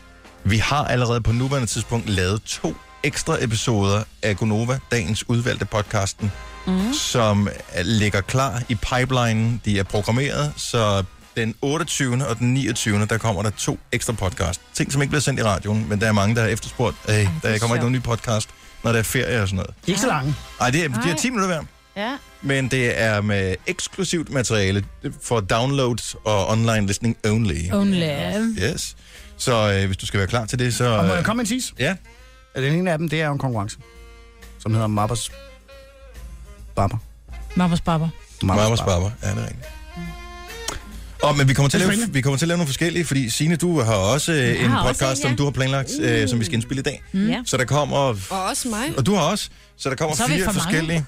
S1: Vi har allerede på nuværende tidspunkt lavet to ekstra episoder af Gonova, dagens udvalgte podcasten, mm. som øh, ligger klar i pipelinen. De er programmeret, så den 28. og den 29. der kommer der to ekstra podcast. Ting, som ikke bliver sendt i radioen, men der er mange, der har efterspurgt, hey, der kommer ikke nogen ny podcast, når der er ferie og sådan noget.
S2: Ikke så lange.
S1: Ej, det er, de er 10 minutter hver.
S3: Ja.
S1: Men det er med eksklusivt materiale for download og online listening only.
S4: Only.
S1: Yes. Så øh, hvis du skal være klar til det, så...
S2: Og må
S1: øh,
S2: jeg komme med en tease?
S1: Ja.
S2: Ja, Den ene af dem, det er jo en konkurrence, som hedder Mappers Barber.
S4: Mammers babber.
S1: Marmers Barber. Ja, det er rigtigt. Og, men vi kommer, til at lave, vi kommer til at lave nogle forskellige, fordi Signe, du har også øh, en
S3: har også
S1: podcast,
S3: en, ja.
S1: som du har planlagt, øh, som vi skal indspille i dag.
S3: Mm. ja.
S1: Så der kommer...
S5: Og også mig.
S1: Og du har også. Så der kommer
S4: Så er vi
S1: fire
S4: for mange.
S1: forskellige...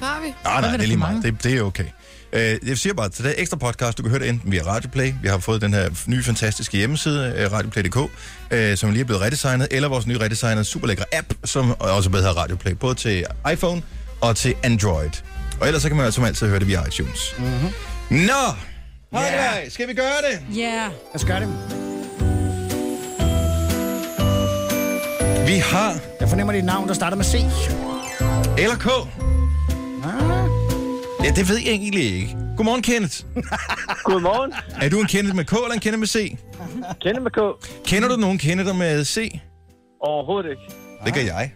S5: Har vi?
S1: Ah, Nej, nej,
S4: er det
S1: det er lige
S4: for
S1: meget.
S4: mange.
S1: Det, det er okay. Øh, Jeg siger bare, til det ekstra podcast, du kan høre det enten via Radioplay, vi har fået den her nye fantastiske hjemmeside, øh, radioplay.dk, øh, som lige er blevet redesignet, eller vores nye redesignede super lækre app, som også bedre hedder Radioplay, både til iPhone og til Android. Og ellers så kan man jo som altid høre det via iTunes. Mm-hmm. Nå! Yeah. Skal vi gøre det?
S3: Yeah.
S2: Lad os gøre det.
S1: Vi har
S2: Jeg fornemmer, det er et navn, der starter med C.
S1: Ah, Eller K. Ja, det ved jeg egentlig ikke. Godmorgen, Kenneth.
S8: Godmorgen.
S1: Er du en Kenneth med K eller en Kenneth med C?
S8: Kender med K?
S1: Kender du nogen Kenneth med C?
S8: Overhovedet ikke.
S1: Det gør jeg.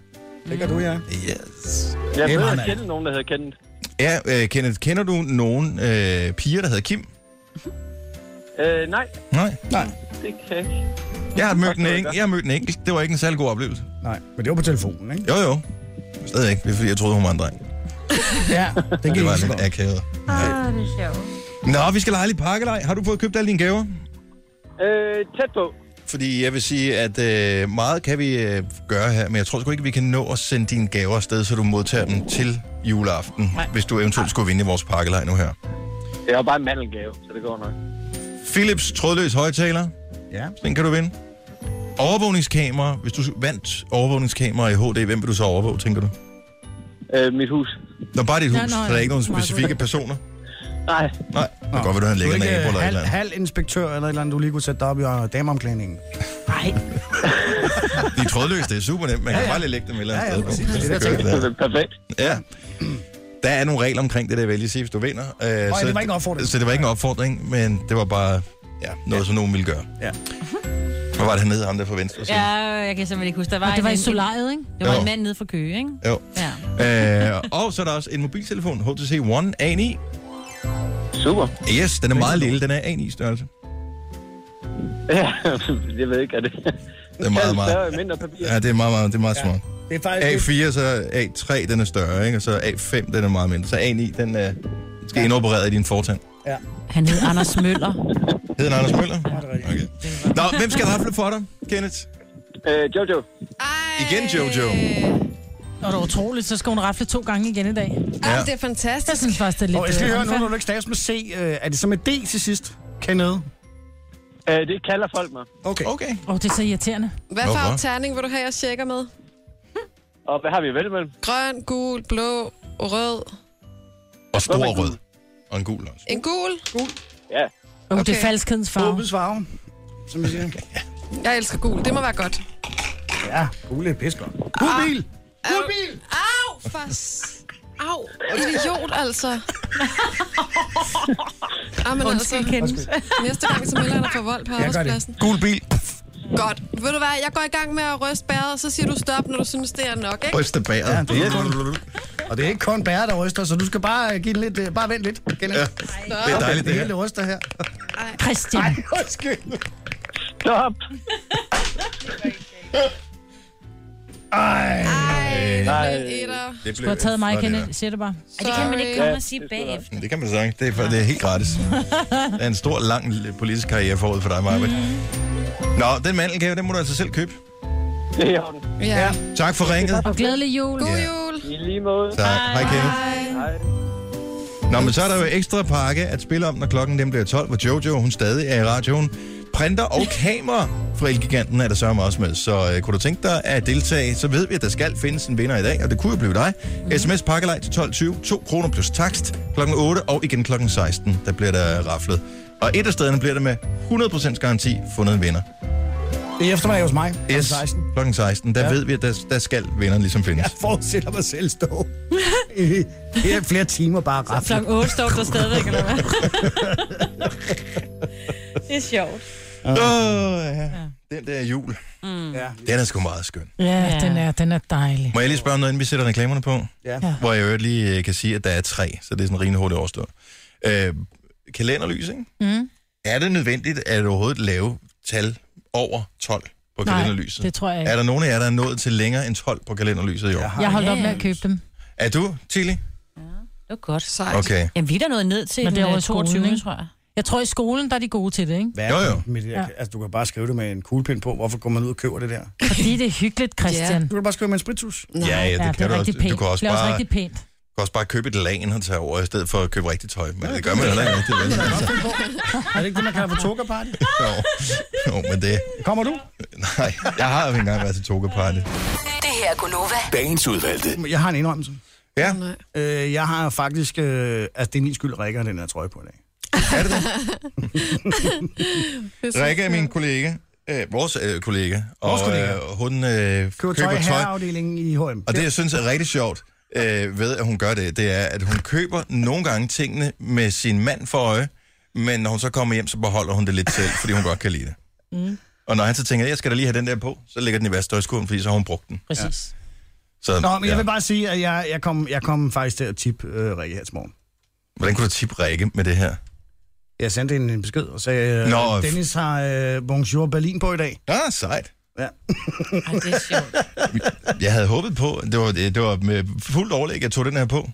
S2: Det gør du, ja.
S1: Yes.
S8: Jeg
S2: Emma,
S8: ved, at
S2: mand.
S8: kende nogen, der hedder Kenneth.
S1: Ja, øh, Kenneth, kender du nogen øh, piger, der hedder Kim?
S8: Øh, nej,
S1: Nej.
S2: Nej,
S8: det kan jeg ikke.
S1: Jeg har mødt en, enkel, jeg har mødt en enkelt. Det var ikke en særlig god oplevelse.
S2: nej. Men det var på telefonen, ikke?
S1: Jo, jo. Stadig ikke. Det er fordi, jeg troede, hun var en dreng.
S2: Ja, det
S1: Det
S2: gik
S1: var
S2: ikke så
S1: lidt
S2: godt.
S1: akavet. Ah, det er Nå, vi skal lege lidt pakkelej. Har du fået købt alle dine gaver?
S8: Øh, tæt på.
S1: Fordi jeg vil sige, at øh, meget kan vi øh, gøre her, men jeg tror sgu ikke, vi kan nå at sende dine gaver afsted, så du modtager dem til juleaften, Nej. hvis du eventuelt skulle vinde i vores pakkelej nu her.
S8: Det er jo bare en mandelgave, så det går nok.
S1: Philips trådløs højtaler.
S2: Ja.
S1: Den kan du vinde. Overvågningskamera. Hvis du vandt overvågningskamera i HD, hvem vil du så overvåge, tænker du?
S8: Øh, mit hus.
S1: Nå, bare dit hus,
S4: Ja,
S1: ja,
S4: nå,
S1: så
S4: ja.
S1: der er ikke nogen
S4: Meget
S1: specifikke
S4: godt.
S1: personer.
S8: Nej,
S1: Nej, det kan godt være, du har en
S2: Du er
S1: lækker
S2: ikke
S1: nabo eller et
S2: halv,
S1: eller andet.
S2: halv inspektør eller et eller andet, du lige kunne sætte dig op i øh, dameomklædningen.
S4: Nej.
S1: De er trådløse, det er super nemt. Man kan bare lige lægge dem et eller
S2: Ja, ja,
S1: andet
S2: præcis.
S1: sted.
S2: Det er det, jeg
S1: Gør
S8: så det
S1: der.
S8: er perfekt.
S1: Ja. Der er nogle regler omkring det, der vil jeg lige sige, hvis du vinder. Øh,
S2: Øj, det var ikke en opfordring.
S1: Så det var ikke en opfordring, men det var bare ja, noget, som nogen ville gøre.
S2: Ja.
S1: Hvad var det hernede, ham der fra venstre? side?
S3: Ja, jeg kan simpelthen ikke huske. Der var,
S4: Og det var i
S3: en-
S4: solariet, ikke?
S3: Det var
S1: Jo.
S3: en mand nede fra Køge, ikke?
S1: Jo.
S3: Ja.
S1: Øh, og så er der også en mobiltelefon, HTC One A9.
S8: Super.
S1: Yes, den er meget lille. Den er A9 størrelse.
S8: Ja, jeg ved ikke, er det...
S1: Det er meget,
S8: Der er
S1: meget...
S8: mindre papir.
S1: Ja, det er meget, meget, det er meget smart.
S2: Det er faktisk... lidt-
S1: A4, så A3, den er større, ikke? Og så A5, den er meget mindre. Så A9, den er, skal indopereret i din fortand.
S2: Ja,
S3: Han hed Anders Møller.
S1: Hed den Anders Møller?
S2: det er rigtigt.
S1: Okay. Nå, hvem skal rafle for dig, Kenneth?
S8: Øh, Jojo.
S5: Ej.
S1: Igen Jojo.
S4: Og det er utroligt, så skal hun rafle to gange igen i dag.
S5: Ej,
S1: Ja.
S5: det er
S4: Jeg
S5: fantastisk.
S4: synes faktisk, det er lidt...
S2: Og jeg skal lige
S4: øh,
S2: høre, nu
S4: unfair.
S2: når du ikke staves med C, øh, er det så med D til sidst? Kenneth?
S8: Øh, det kalder folk mig.
S2: Okay.
S1: Okay.
S4: Åh, oh, det er så irriterende.
S5: Hvad
S1: Hvorfor?
S5: farve terning vil du have, jeg tjekker med?
S8: Og hvad har vi vel mellem?
S5: Grøn, gul, blå, rød.
S1: Og
S8: Hvad
S1: stor
S8: var en
S1: rød. Og en gul også.
S5: En gul.
S8: Ja.
S4: Åh, oh, det
S5: Okay.
S4: er falskhedens farve.
S2: Gruppets farve, som vi siger.
S5: Jeg elsker gul. Det må være godt.
S2: Ja, gule er pisgodt. Gul bil! Gul bil!
S5: Au, fast. Au, idiot altså. Jamen altså,
S3: Kendt.
S5: næste gang, så melder jeg dig for vold på
S2: det.
S5: arbejdspladsen.
S1: Gul bil.
S5: Godt. Ved du hvad, jeg går i gang med at ryste bæret, og så siger du stop, når du synes, det er nok, ikke?
S1: Bryste bæret.
S2: Ja, det er Og det er ikke kun bære, der ryster, så du skal bare øh, give den lidt, øh, bare vent lidt. Kenneth. Ja,
S1: Det er
S5: Stop.
S1: dejligt,
S2: det
S1: det
S2: hele
S1: her.
S2: det ryster her.
S4: Christian. Ej.
S2: Undskyld.
S8: Stop.
S5: Ej, en etter.
S1: Det
S4: Du har taget mig igen, siger det bare.
S3: Det kan man ikke
S5: Sorry.
S3: komme og sige bagefter.
S1: Det kan man sige. Det er, for, det er helt gratis. Der er en stor, lang politisk karriere forud for dig, Marvind.
S4: Mm.
S1: Nå, den mandelgave, den må du altså selv købe.
S8: Det er i orden.
S5: Ja.
S1: Tak for ringet.
S4: Og glædelig jul.
S5: God
S1: Ja.
S5: jul.
S8: I lige måde.
S1: Tak. Hej, Kenneth.
S8: Hej.
S1: Nå, men så er der jo ekstra pakke at spille om, når klokken den bliver 12, hvor Jojo, hun stadig er i radioen. Printer og kamera fra Elgiganten er der sørme også med. Så øh, kunne du tænke dig at deltage, så ved vi, at der skal findes en vinder i dag, og det kunne jo blive dig. Mm. SMS pakkelej til 12.20, 2 kroner plus takst, klokken 8 og igen klokken 16, der bliver der raflet. Og et af stederne bliver der med 100% garanti fundet en vinder.
S2: Det er eftermiddag hos mig. Yes.
S1: Yes,
S2: 16.
S1: klokken 16, der ja.
S2: Ja.
S1: ved vi, at der, der skal vinderen ligesom findes.
S2: Jeg fortsætter mig selv stå. I- Det er flere timer bare rafle.
S3: Klokken 8 står der stadigvæk, eller hvad? det er sjovt.
S1: Åh, ja. Den der jul,
S2: Ja.
S1: den er sgu meget skøn.
S4: Ja,
S3: Ja.
S4: ja. Den, er, den er dejlig.
S1: Må jeg lige spørge om noget, inden vi sætter reklamerne på?
S2: Ja.
S1: Hvor jeg i øvrigt lige øh, kan sige, at der er tre, så det er sådan rimelig hurtigt overstået. Øh, kalenderlys, ikke? Mm. Er det nødvendigt at overhovedet lave tal over 12 på kalenderlyset?
S4: det tror jeg ikke.
S1: Er der nogen af jer, der er nået til længere end 12 på kalenderlyset i år?
S4: Jeg holdt op med at købe dem.
S1: Er du, Tilly?
S3: Det var godt.
S5: Sejt.
S1: Okay.
S3: Jamen, vi er der noget ned til
S4: Men det er
S3: den, øh,
S4: over i skolen,
S3: 22,
S4: ikke?
S3: tror jeg.
S4: Jeg tror, i skolen der er de gode til det, ikke?
S2: Hvad er
S1: Jo,
S2: det
S1: jo.
S2: Med det der?
S4: Ja.
S2: Altså, du kan bare skrive det med en kuglepind på. Hvorfor går man ud og køber det der?
S4: Fordi det er hyggeligt, Christian.
S2: Du kan bare skrive med en spritus.
S5: Nej.
S1: ja, ja, det kan du
S4: er rigtig
S1: også.
S4: Pænt.
S1: Du kan også
S4: det er også
S1: bare,
S4: rigtig pænt.
S1: kan også bare købe et lagen og tage over, i stedet for at købe rigtigt tøj. Men det gør man heller ikke. rigtig, vel? Altså,
S2: Er det ikke det, man kalder for tokerparty?
S1: jo. jo, men det...
S2: Kommer du?
S1: Nej, jeg har jo ikke engang været til Toga Party.
S7: Det her er Gunova.
S6: Dagens udvalgte.
S2: Jeg har en indrømmelse.
S1: Ja,
S5: Nej.
S2: Øh, jeg har faktisk... Øh, altså, det er min skyld, Rikke har den her trøje på i dag.
S1: er det det?
S5: Det så
S1: Rikke er min
S5: sjovt.
S1: kollega, øh, vores øh, kollega, og
S2: Vores kollega.
S1: Øh, hun øh,
S2: Køber tøj i
S1: køber tøj.
S2: herreafdelingen i H&M.
S1: Og det, jeg synes er rigtig sjovt øh, ved, at hun gør det, det er, at hun køber nogle gange tingene med sin mand for øje, men når hun så kommer hjem, så beholder hun det lidt selv, fordi hun godt kan lide det. Mm. Og når han så tænker, jeg skal da lige have den der på, så lægger den i vasketøjskurven, fordi så har hun brugt den.
S3: Præcis. Ja.
S1: Så,
S2: Nå, men jeg vil bare sige, at jeg, jeg, kom, jeg kom faktisk til at tippe øh, Rikke her til morgen.
S1: Hvordan kunne du tippe Rikke med det her?
S2: Jeg sendte hende en besked og sagde, øh,
S1: Nå,
S2: Nå,
S1: f-
S2: Dennis har øh, Bonjour Berlin på i dag.
S1: Ah, sejt.
S2: Ja.
S3: Ej, det er sjovt.
S1: Jeg havde håbet på, det var, øh, det var med fuldt overlæg, jeg tog den her på.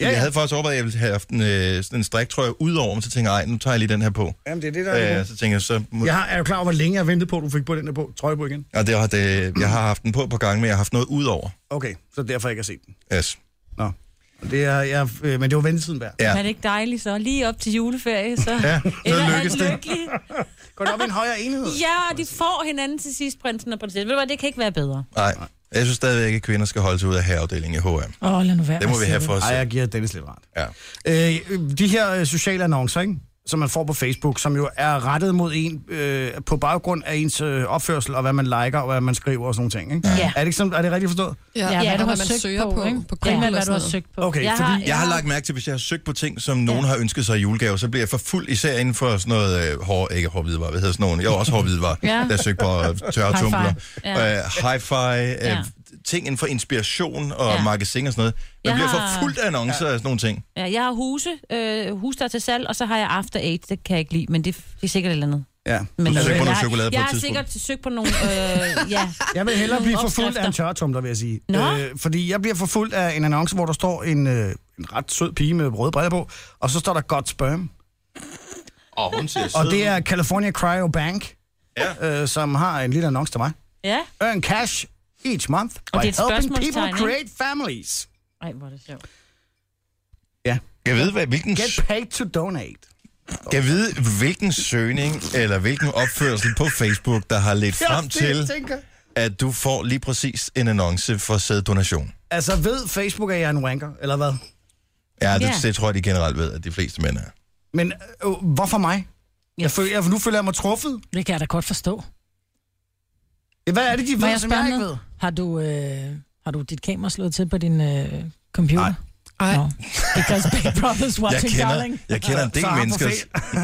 S1: Ja,
S2: Ja,
S1: ja. Jeg
S2: ja.
S1: havde faktisk overvejet, at jeg ville have haft en, øh, sådan en striktrøje ud over, men så tænker jeg, "Ej, nu tager jeg lige den her på.
S2: Jamen, det er det, der er
S1: Øh,
S2: det.
S1: så tænker jeg, så... Må...
S2: Jeg har, er jo klar over, hvor længe jeg ventede på, at du fik på den der på, trøje på igen.
S1: Og det har det, jeg har haft den på et par gange, men jeg har haft noget ud over.
S2: Okay, så derfor jeg ikke har set den.
S1: Yes.
S2: Nå. Det er, jeg, øh, men det var ventetiden værd.
S1: Ja.
S3: Er det ikke dejligt så? Lige op til juleferie, så...
S1: Ja,
S3: Eller
S1: så lykkes
S3: er
S1: det.
S3: lykkelig.
S2: Går det op i en højere enhed?
S3: Ja, og de får hinanden til sidst, prinsen og prinsessen. Ved du hvad, det kan ikke være bedre.
S1: Nej. Jeg synes stadigvæk, at kvinder skal holde sig ud af herreafdelingen i H&M.
S4: Åh, oh, lad nu være.
S1: Det må vi have for os
S2: Ej,
S1: selv.
S2: jeg giver Dennis lidt ret.
S1: Ja.
S2: Øh, de her øh, sociale annoncer, ikke? som man får på Facebook, som jo er rettet mod en øh, på baggrund af ens øh, opførsel, og hvad man liker, og hvad man skriver og sådan nogle ting. Ikke?
S3: Ja.
S2: Er, det ikke sådan, er det rigtigt forstået?
S5: Ja,
S4: Ja, hvad du
S5: og
S4: har
S5: man
S4: søgt
S5: søger
S4: på,
S5: på,
S4: ikke?
S5: på Google
S4: Primært, hvad
S5: og
S4: du
S5: sådan
S4: har
S5: noget.
S4: søgt på.
S2: Okay,
S3: Jeg
S2: fordi...
S3: har-
S1: Jeg har lagt mærke til, hvis jeg har søgt på ting, som nogen har ønsket sig i julegave, så bliver jeg for fuld, især inden for sådan noget øh, hår, ikke hårhvidevarer, hvad hedder sådan noget? Jeg var også hårhvidevarer, ja.
S3: Ja.
S1: der søgte på øh, tørre
S4: Hi-fi.
S1: tumbler.
S3: Ja.
S1: Ja. Øh, hi-fi, øh,
S3: Ja.
S1: ting inden for inspiration og ja.
S3: Ja.
S1: magasin og sådan noget. Man
S3: Jeg
S1: bliver for
S3: har-
S1: fuldt af annoncer ja. og sådan nogle ting.
S3: Ja, jeg har huse, øh, hus, der er til salg, og så har jeg After Eight. Det kan jeg ikke lide, men det, det er sikkert et eller andet.
S2: Ja.
S3: Men,
S1: Du søgte på
S3: jeg,
S1: noget chokolade på
S3: jeg
S1: et
S3: har
S1: tidspunkt.
S3: sikkert søgt på nogle... Øh, ja.
S2: Jeg vil hellere
S3: Nogle
S2: blive forfulgt af en
S3: opskrifter.
S2: tørretumbler, vil jeg sige. Øh,
S3: Nå.
S2: fordi jeg bliver forfulgt af en annonce, hvor der står en, øh, en ret sød pige med røde briller på, og så står der godt sperm.
S1: Og hun ser
S2: Og det er California Cryo Bank,
S1: Ja.
S2: øh, som har en lille annonce til mig.
S3: ja.
S2: Earn cash each month by
S3: Og det er et
S2: helping
S3: spørgsmålstegn,
S2: people
S3: ikke?
S2: create families.
S3: Ej, hvor er det sjovt.
S1: Jeg ved, hvad, hvilken,
S2: Get paid to donate.
S1: jeg ved, hvilken søgning eller hvilken opførsel på Facebook, der har ledt frem til,
S2: tænker.
S1: at du får lige præcis en annonce for sæddonation.
S2: Altså, ved Facebook, at jeg er en wanker, eller hvad?
S1: Ja, det,
S3: Ja.
S1: det tror jeg, de generelt ved, at de fleste mænd er.
S2: Men øh, hvorfor mig? Jeg føl, jeg, nu føler jeg mig truffet.
S4: Det kan jeg da godt forstå.
S2: Hvad er det, de
S4: Må
S2: ved,
S4: jeg
S2: som jeg
S4: spørge
S2: ikke ved?
S4: noget? Har du, øh, har du dit kamera slået til på din øh, computer?
S2: Nej.
S5: Ej.
S4: No. Because Big Brother's
S1: Jeg
S4: watching,
S1: kender,
S4: darling.
S1: jeg kender en del
S2: Så har han
S1: mennesker,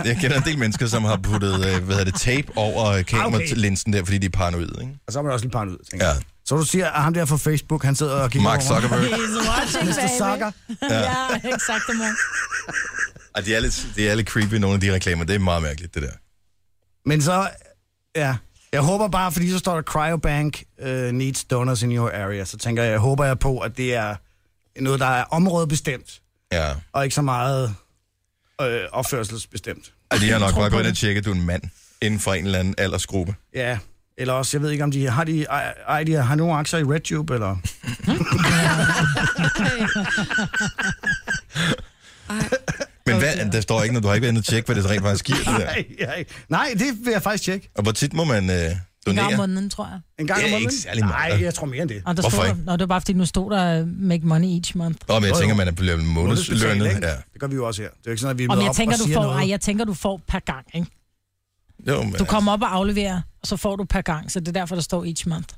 S1: jeg kender en del mennesker, som har puttet øh, hvad hedder det, tape
S2: Ah,
S1: over øh, kameralinsen der, fordi de er paranoid, ikke?
S2: Og så er man også lige paranoid, tænker
S1: Ja.
S2: jeg. Så du siger, at ham der fra Facebook, han sidder og kigger
S1: Mark
S2: over mig.
S1: Zuckerberg.
S4: He's watching,
S2: Mr. Zucker.
S4: Ja, ja exakt, mor.
S1: Ej, de er lidt, de er lidt creepy, nogle af de reklamer. Det er meget mærkeligt, det der.
S2: Men så, ja. Jeg håber bare, fordi så står der Cryobank uh, needs donors in your area. Så tænker jeg, jeg håber jeg på, at det er noget, der er områdebestemt,
S1: Ja.
S2: og ikke så meget øh, opførselsbestemt.
S1: Og de har nok
S4: tror
S1: bare
S4: på
S1: gået ind
S4: det.
S1: og tjekket, at du er en mand inden for en eller anden aldersgruppe.
S2: Ja, eller også, jeg ved ikke, om de har, de, ej, ej, de har nogle aktier i RedTube, eller...
S5: Ej,
S1: Men Hvad, der står ikke, når du har ikke været inde og tjekke, hvad det rent faktisk giver. Det der.
S2: Nej, nej. nej, det vil jeg faktisk tjekke.
S1: Og hvor tit må man øh,
S4: En gang om
S1: donere?
S4: måneden, tror jeg.
S2: En gang
S1: Det
S2: om
S1: er
S2: måneden?
S1: ikke særlig meget.
S2: Nej, jeg tror mere end det.
S4: Og der
S1: Hvorfor
S4: stod,
S1: ikke?
S4: Nå, det var bare, fordi nu stod der øh, make money each month.
S1: Nå, men jeg
S2: Jo, jo.
S1: tænker, man er blevet månedslønnet.
S2: Månedsbetaling, ikke?
S1: Ja.
S2: Det gør vi jo også her. Det er jo ikke sådan, at vi er
S4: Om
S2: møder
S4: jeg
S2: op
S4: tænker,
S2: og
S4: du
S2: siger
S4: får,
S2: noget.
S4: ej, jeg tænker, du får per gang, ikke?
S1: Jo, men,
S4: Du kommer op og afleverer, og så får du per gang, så det er derfor, der står each month.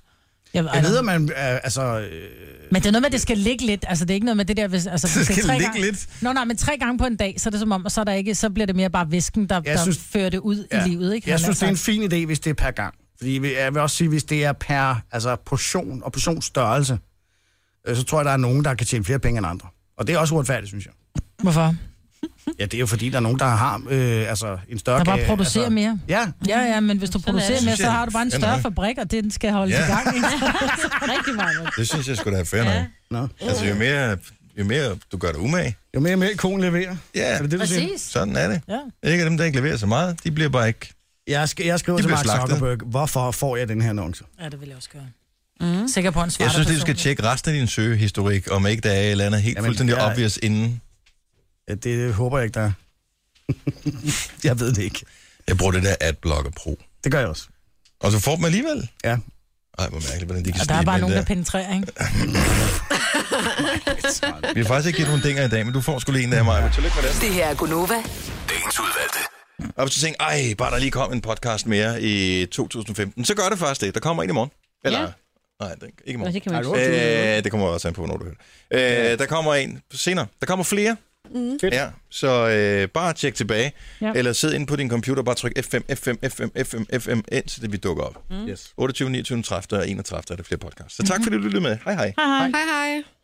S4: Jeg,
S2: Jeg
S4: ej,
S2: ved, at man... er- altså, øh,
S4: Men det er noget med, at det skal ligge lidt. Altså, det er ikke noget med det der, hvis... Altså, hvis
S1: Det
S4: er
S1: skal
S4: tre
S1: ligge
S4: gange...
S1: lidt.
S4: Nå, nej, men tre gange på en dag, så er det som om, og så, er der ikke, så bliver det mere bare visken, der,
S2: Jeg
S4: der
S2: synes-
S4: fører det ud ja. i livet, ikke?
S2: Jeg
S4: Han
S2: synes, det
S4: har
S2: er en
S4: sagt.
S2: fin idé, hvis det er per gang. Fordi vi- jeg vil også sige, hvis det er per altså portion og portionsstørrelse, øh, så tror jeg, der er nogen, der kan tjene flere penge end andre. Og det er også uretfærdigt, synes jeg.
S4: Mm. Hvorfor?
S2: Ja, det er jo fordi, der er nogen, der har øh, altså, en større...
S4: Der bare
S2: kage-
S4: producerer
S2: altså,
S4: mere.
S2: Ja,
S4: Ja, ja, men hvis du
S3: er det.
S4: producerer mere, så har du bare en
S1: Synes jeg,
S4: større
S1: det er
S4: fabrik, og det den skal holde
S1: Ja.
S4: i gang, ikke?
S3: Rigtig meget.
S1: altså, det synes jeg skulle da er fair nok.
S2: nå.
S1: Altså, jo mere, jo mere du gør dig umage,
S2: Jo mere mælk konen leverer.
S1: Ja.
S2: er det det, du siger?
S3: Præcis.
S1: sådan er det.
S4: Ja.
S1: Ikke at dem, der ikke leverer så meget, de bliver bare ikke...
S2: Jeg, sk- jeg skriver
S1: De
S2: til
S1: bliver
S2: Mark
S1: slagtet.
S2: Zuckerberg, hvorfor får jeg den her annonce?
S4: Ja, det vil jeg også gøre. Mm. Sikker på, at han svarer
S1: Jeg synes,
S4: dig
S1: at du skal
S4: personligt.
S1: tjekke resten af din søgehistorik, om ikke der er et eller andet helt
S2: Jamen,
S1: fuldstændig
S2: jeg-
S1: obvious inden.
S2: Ja, det håber jeg ikke, der er. jeg ved det ikke.
S1: Jeg bruger det der Adblocker Pro.
S2: Det gør jeg også.
S1: Og så får dem alligevel.
S2: Ja.
S1: Ej, hvor mærkeligt, hvordan de kan
S4: Og der er
S1: snige
S4: bare
S1: dem
S4: nogen,
S1: ind
S4: der penetrerer, ikke?
S1: Vi har faktisk ikke givet nogen dinger i dag, men du får sgu lige en af mig. Tillykke med det.
S7: Det her er Gunova.
S6: Dagens udvalgte.
S1: Og hvis du tænker, ej, bare der lige kom en podcast mere i 2015, så gør det faktisk det. Der kommer en i morgen. Eller, ja.
S3: Ja.
S1: nej, den, ikke i
S3: Nå,
S1: morgen.
S3: det kan man ikke.
S1: Øh, det kommer også an på, hvornår du hører det. øh, Der kommer en senere. Der kommer flere. Mm. Ja, så øh, bare tjek tilbage. Ja.
S4: Ja.
S1: Eller sid inde på din computer og bare tryk F5, F5, F5, F5, F5, indtil det vi dukker op. Mm.
S2: Yes.
S1: 28, 29, 30 og 31 er der flere podcasts. Så tak fordi du lyttede med. Hej hej.
S5: Hej hej.